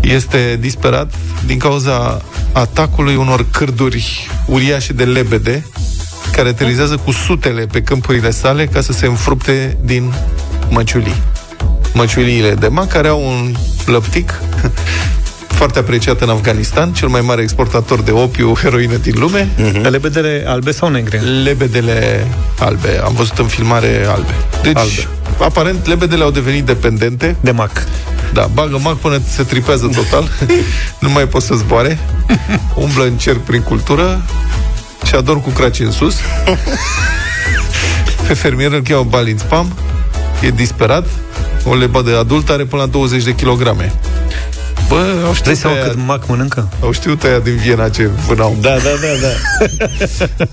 B: este disperat din cauza atacului unor cârduri uriașe de lebede care terizează cu sutele pe câmpurile sale ca să se înfrupte din măciulii. Măciuliile de mac care au un lăptic foarte apreciat în Afganistan, cel mai mare exportator de opiu, heroină din lume,
S: Mm-hmm. Lebedele albe sau negre?
B: lebedele albe. Am văzut în filmare albe. Deci,
S: Albe.
B: aparent, lebedele au devenit dependente
S: De mac.
B: da, bagă mac până se tripează total Nu mai pot să zboare Umblă în cer prin cultură Și ador cu craci în sus Pe fermier îl cheamă Balint Pam E disperat O lebadă adultă are până la 20 de kilograme Bă, au
S: Dai
B: știut,
S: seama
B: aia,
S: cât mac mănâncă?
B: au știut aia din Viena ce vânau
C: Da, da, da, da.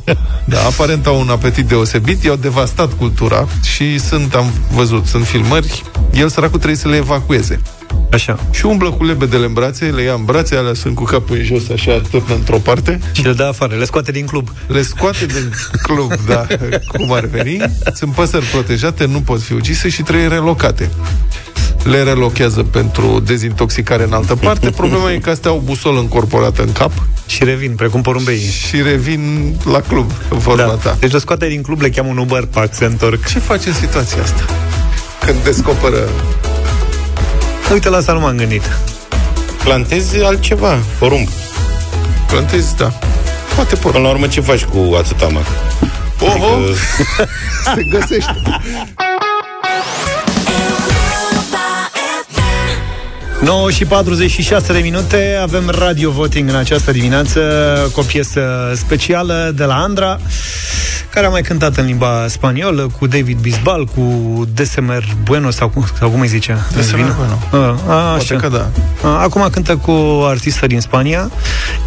B: Da, aparent au un apetit deosebit, i-au devastat cultura și sunt, am văzut, sunt filmări, el săracul trebuie să le evacueze.
S: Așa.
B: Și umblă cu lebedele în brațe, le ia în brațe, alea sunt cu capul în jos, așa, turnă într-o parte,
S: Și le dă afară, le scoate din club.
B: le scoate din club, da, cum ar veni, sunt păsări protejate, nu pot fi ucise și trebuie relocate. Le relochează pentru dezintoxicare în altă parte. Problema e că astea au busol încorporată în cap
S: Și revin, precum porumbeii.
B: și revin la club, vorba da. ta.
S: Deci le scoate din club, le cheamă un Uber Pack, se întorc.
B: Ce faci în situația asta? Când descoperă...
S: Uite, la asta nu m-am gândit.
C: Plantezi altceva, porumb.
B: Plantezi, da. Poate
C: Până
B: porumb.
C: la urmă, ce faci cu atâta mac?
B: Oho,
C: Adică-
B: se găsește.
M: Europa
A: 9 și 46 de minute Avem radio voting în această dimineață Cu o piesă specială de la Andra Care a mai cântat în limba spaniolă Cu David Bisbal Cu Desemer Bueno Sau, cum- sau cum îi zicea?
B: Desemer
A: Vino?
B: Bueno.
A: A, a,
B: Poate
A: așa.
B: că da.
A: A, Acum cântă cu o artistă din Spania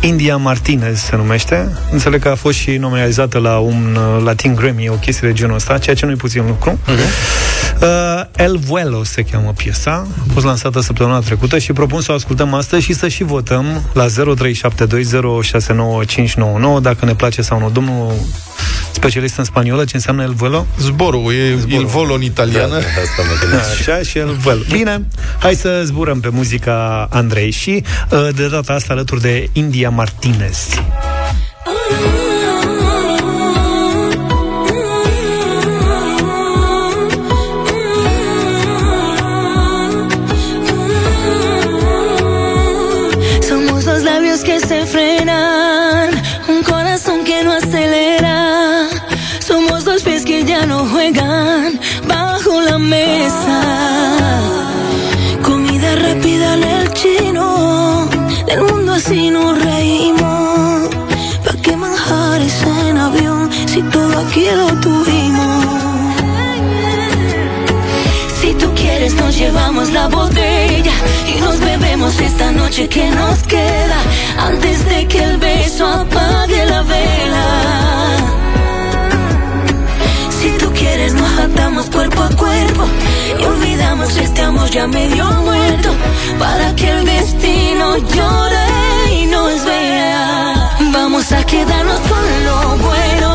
A: India Martinez se numește Înțeleg că a fost și nominalizată la un uh, Latin Grammy O chestie de genul ăsta Ceea ce nu-i puțin lucru Uh, El Vuelo se cheamă piesa, a fost lansată săptămâna trecută și propun să o ascultăm astăzi și să și votăm la 0372069599 dacă ne place sau nu. Domnul specialist în spaniolă, ce înseamnă El Vuelo?
B: Zborul, Da. e Il Volo în italiană.
A: Așa și El Vuelo. Bine, hai să zburăm pe muzica Andrei și uh, de data asta alături de India Martinez.
T: Somos dos labios que se frenan, un corazón que no acelera. Somos dos pies que ya no juegan bajo la mesa. Comida rápida en el chino, del mundo así nos reímos. ¿Para qué manjar en avión si todo aquí lo tuvimos? Si tú quieres nos llevamos la botella y nos bebemos esta noche que nos queda antes de que el beso apague la vela. Si tú quieres nos atamos cuerpo a cuerpo y olvidamos este amor ya medio muerto para que el destino llore y nos vea. Vamos a quedarnos con lo bueno,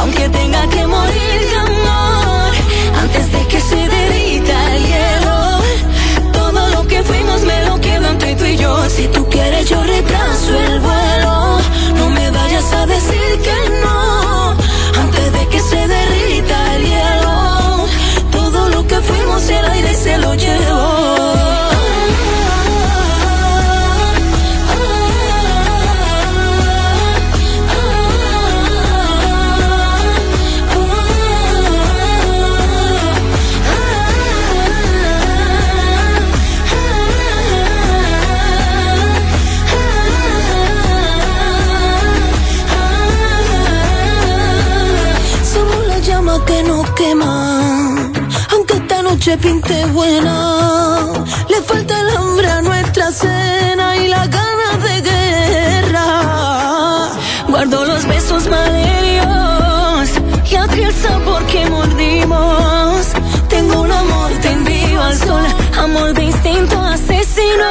T: aunque tenga que morir de amor antes de que se derrita el hielo. Todo lo que fuimos me lo quedo entre tú y yo. Si tú quieres yo retraso el vuelo. No me vayas a decir que no. Antes de que se derrita el hielo. Todo lo que fuimos el aire se lo llevó. Somos la llama que nos quema. Aunque esta noche pinte buena, le falta el hambre a nuestra cena y las ganas de guerra. Guardo los besos malheridos y aquel sabor que mordimos. Tengo un amor tendido al sol, amor de instinto asesino.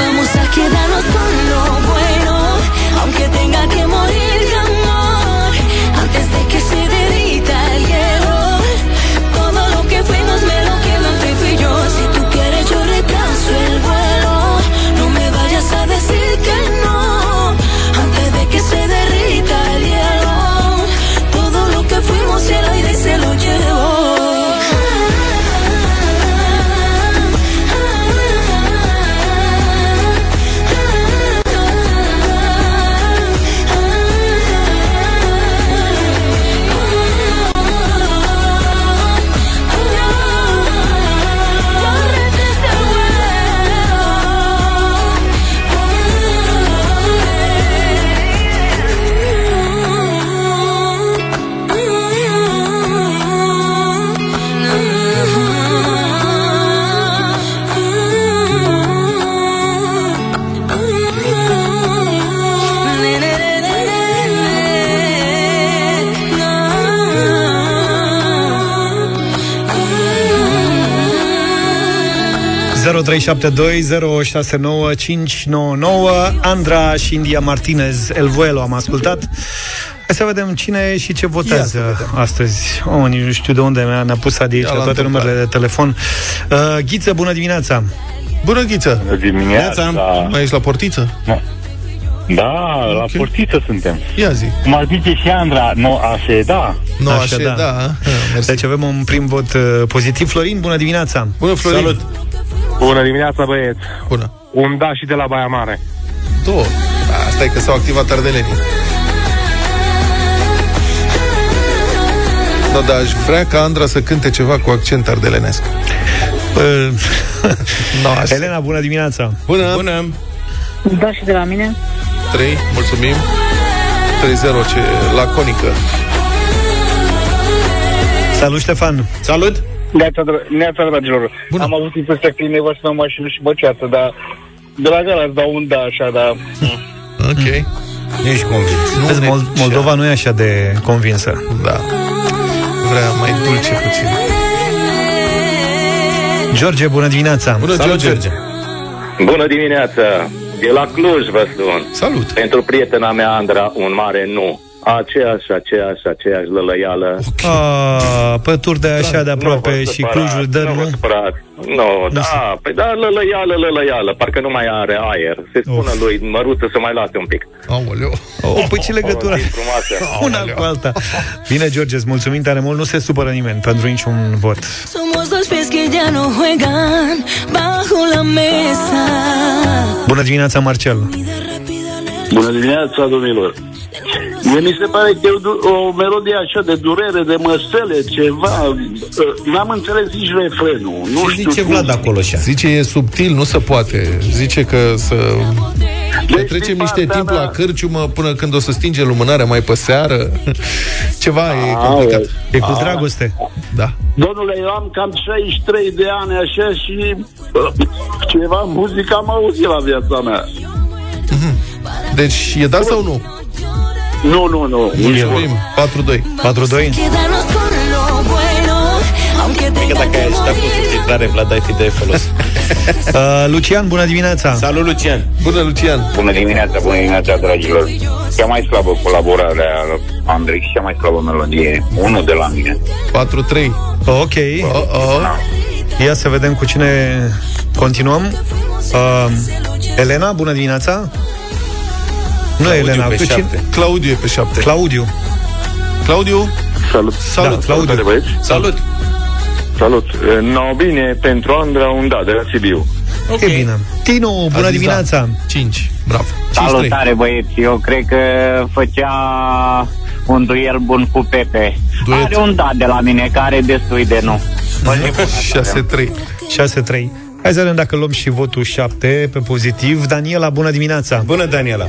T: Vamos a quedarnos con lo bueno, aunque tenga que morir de amor. Antes de que se derrita el hielo, todo lo que fuimos me lo quedo entre tú y yo. Si tú quieres, yo retraso el vuelo. No me vayas a decir que no, antes de que se derrita el hielo. Todo lo que fuimos, el aire se lo llevó.
A: nouă Andra și India Martinez El Vuelo am ascultat Hai să vedem cine și ce votează astăzi. Oh, nici nu știu de unde mi-a, ne-a pus Adi aici
B: Ia
A: la
B: la
A: toate
B: întâmplare.
A: numerele de telefon. Uh, Ghiță, bună dimineața!
B: Bună, Ghiță! Bună
A: dimineața!
B: Mai ești la portiță?
F: Da, okay. la portiță suntem.
B: Ia zi!
F: Cum ar zice și Andra, nu așa, da.
B: Nu așa, da.
A: Deci avem un prim vot uh, pozitiv. Florin, bună dimineața!
B: Bună, Florin! Salut!
U: Bună dimineața, băieți!
B: Bună!
U: Un da și de la Baia Mare.
B: Două. Asta e că s-au activat ardelenii. Da, da, aș vrea ca Andra să cânte ceva cu accent ardelenesc.
A: no, Elena, bună dimineața!
B: Bună! Bună!
D: Da și de la mine.
B: 3, mulțumim. 3-0, ce laconică.
A: Salut, Ștefan!
B: Salut!
E: Neața, neața dragilor. Bună. Am avut impresia că e nevastă în mașină și băceață, dar de la gala îți dau un da, așa, dar... Mm.
B: Ok.
C: Nu ești convins.
A: Nu Vezi, Mol- Moldova nu e așa de convinsă.
B: Da. Vrea mai dulce puțin.
A: George, bună dimineața!
B: Bună, Salut, George! George.
V: Bună dimineața! De la Cluj vă spun.
B: Salut!
V: Pentru prietena mea, Andra, un mare nu. Aceeași, aceeași, aceeași lălăială.
A: Okay. A, Ah, pături de așa de
V: Nu
A: aproape
V: vă
A: și
V: supărați,
A: Clujul dă,
V: Nu,
A: nu?
V: vă supărați. nu da,
A: se-
V: păi da, lălăială, lălăială, parcă nu mai are aer. Se spune lui Măruță să mai lase un pic.
B: Aoleu.
A: Oh, păi ce legătură?
V: O zi frumoasă.
A: Una cu alta. Bine, George, îți mulțumim tare mult. Nu se supără nimeni pentru niciun vot.
T: Somos dos pies que ya no juegan bajo la mesa.
A: Bună dimineața, Marcel!
E: Bună dimineața, domnilor. Mie mi se pare că e o du- o melodie așa de durere, de măsele, ceva. N-am înțeles nici refrenul. Nu
C: Ce
E: știu
C: zice
E: cum.
C: Vlad acolo așa?
B: Zice, e subtil, nu se poate. Zice că să...
E: Deci,
B: Petrecem niște timp la cârciumă până când o să stinge lumânarea mai pe seară. Ceva e complicat.
A: E cu dragoste.
B: Da.
E: Domnule, eu am cam 63 de ani așa și uh, ceva muzică am auzit la viața mea.
B: Deci e da sau nu?
E: Nu, nu, nu.
B: Mulțumim. 4-2.
A: 4-2.
T: Quedarnos con lo bueno, aunque
C: Că
T: tenga
C: dacă ai
T: que
C: așteptat cu
T: morir.
C: subtitrare, Vlad, ai fi de folos.
A: Uh, Lucian, bună dimineața!
C: Salut, Lucian!
B: Bună, Lucian.
V: Bună dimineața, bună dimineața, dragilor. Cea mai slabă colaborare a Andrei și cea mai slabă melodie. Unul de la mine.
B: 4-3.
A: Ok.
B: Oh,
A: Ia să vedem cu cine continuăm. Uh, Elena, bună dimineața! Nu,
C: Claudiu
A: Elena,
C: pe
A: cu
C: șapte.
A: cine?
B: Claudiu e pe 7.
A: Claudiu.
B: Claudiu?
E: Salut.
A: Salut, Claudiu.
E: băieți.
B: Salut.
E: Salut. No, bine, pentru Andra un da, de la Sibiu.
A: Ok. E bine. Tino, bună
B: zis da.
A: dimineața!
B: 5. Bravo. 5-3.
W: Salutare băieți, eu cred că făcea un duel bun cu Pepe.
B: Duet.
W: Are un da de la mine, care destui de nu.
B: 6-3.
A: 6-3. Hai să vedem dacă luăm și votul 7 pe pozitiv. Daniela, bună dimineața!
C: Bună, Daniela!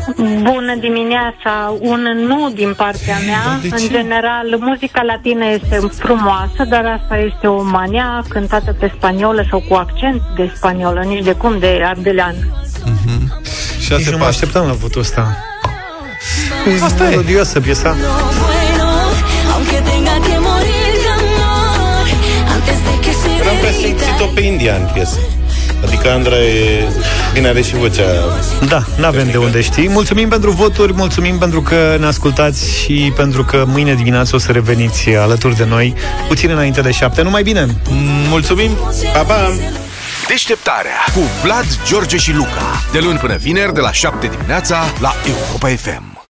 X: Bună dimineața! Un nu din partea mea.
B: de ce?
X: În general, muzica latină este frumoasă, dar asta este o mania cântată pe spaniolă sau cu accent de spaniolă, nici de cum de ardelean.
A: Nici nu mă
B: 6-4.
A: așteptam la votul ăsta.
B: Asta e.
A: Melodioasă piesa.
T: Bueno, aunque tenga que morir de amor, antes de que se
C: Am
T: derrita.
C: presimțit-o pe India în piesă. Adică Andra e... Bine are și vocea
A: Da, nu avem de unde știi. Mulțumim pentru voturi, mulțumim pentru că ne ascultați și pentru că mâine dimineață o să reveniți alături de noi, puțin înainte de 7. Numai bine!
B: Mulțumim.
C: Pa, pa!
L: Deșteptarea cu Vlad, George și Luca. De luni până vineri, de la 7 dimineața, la Europa FM.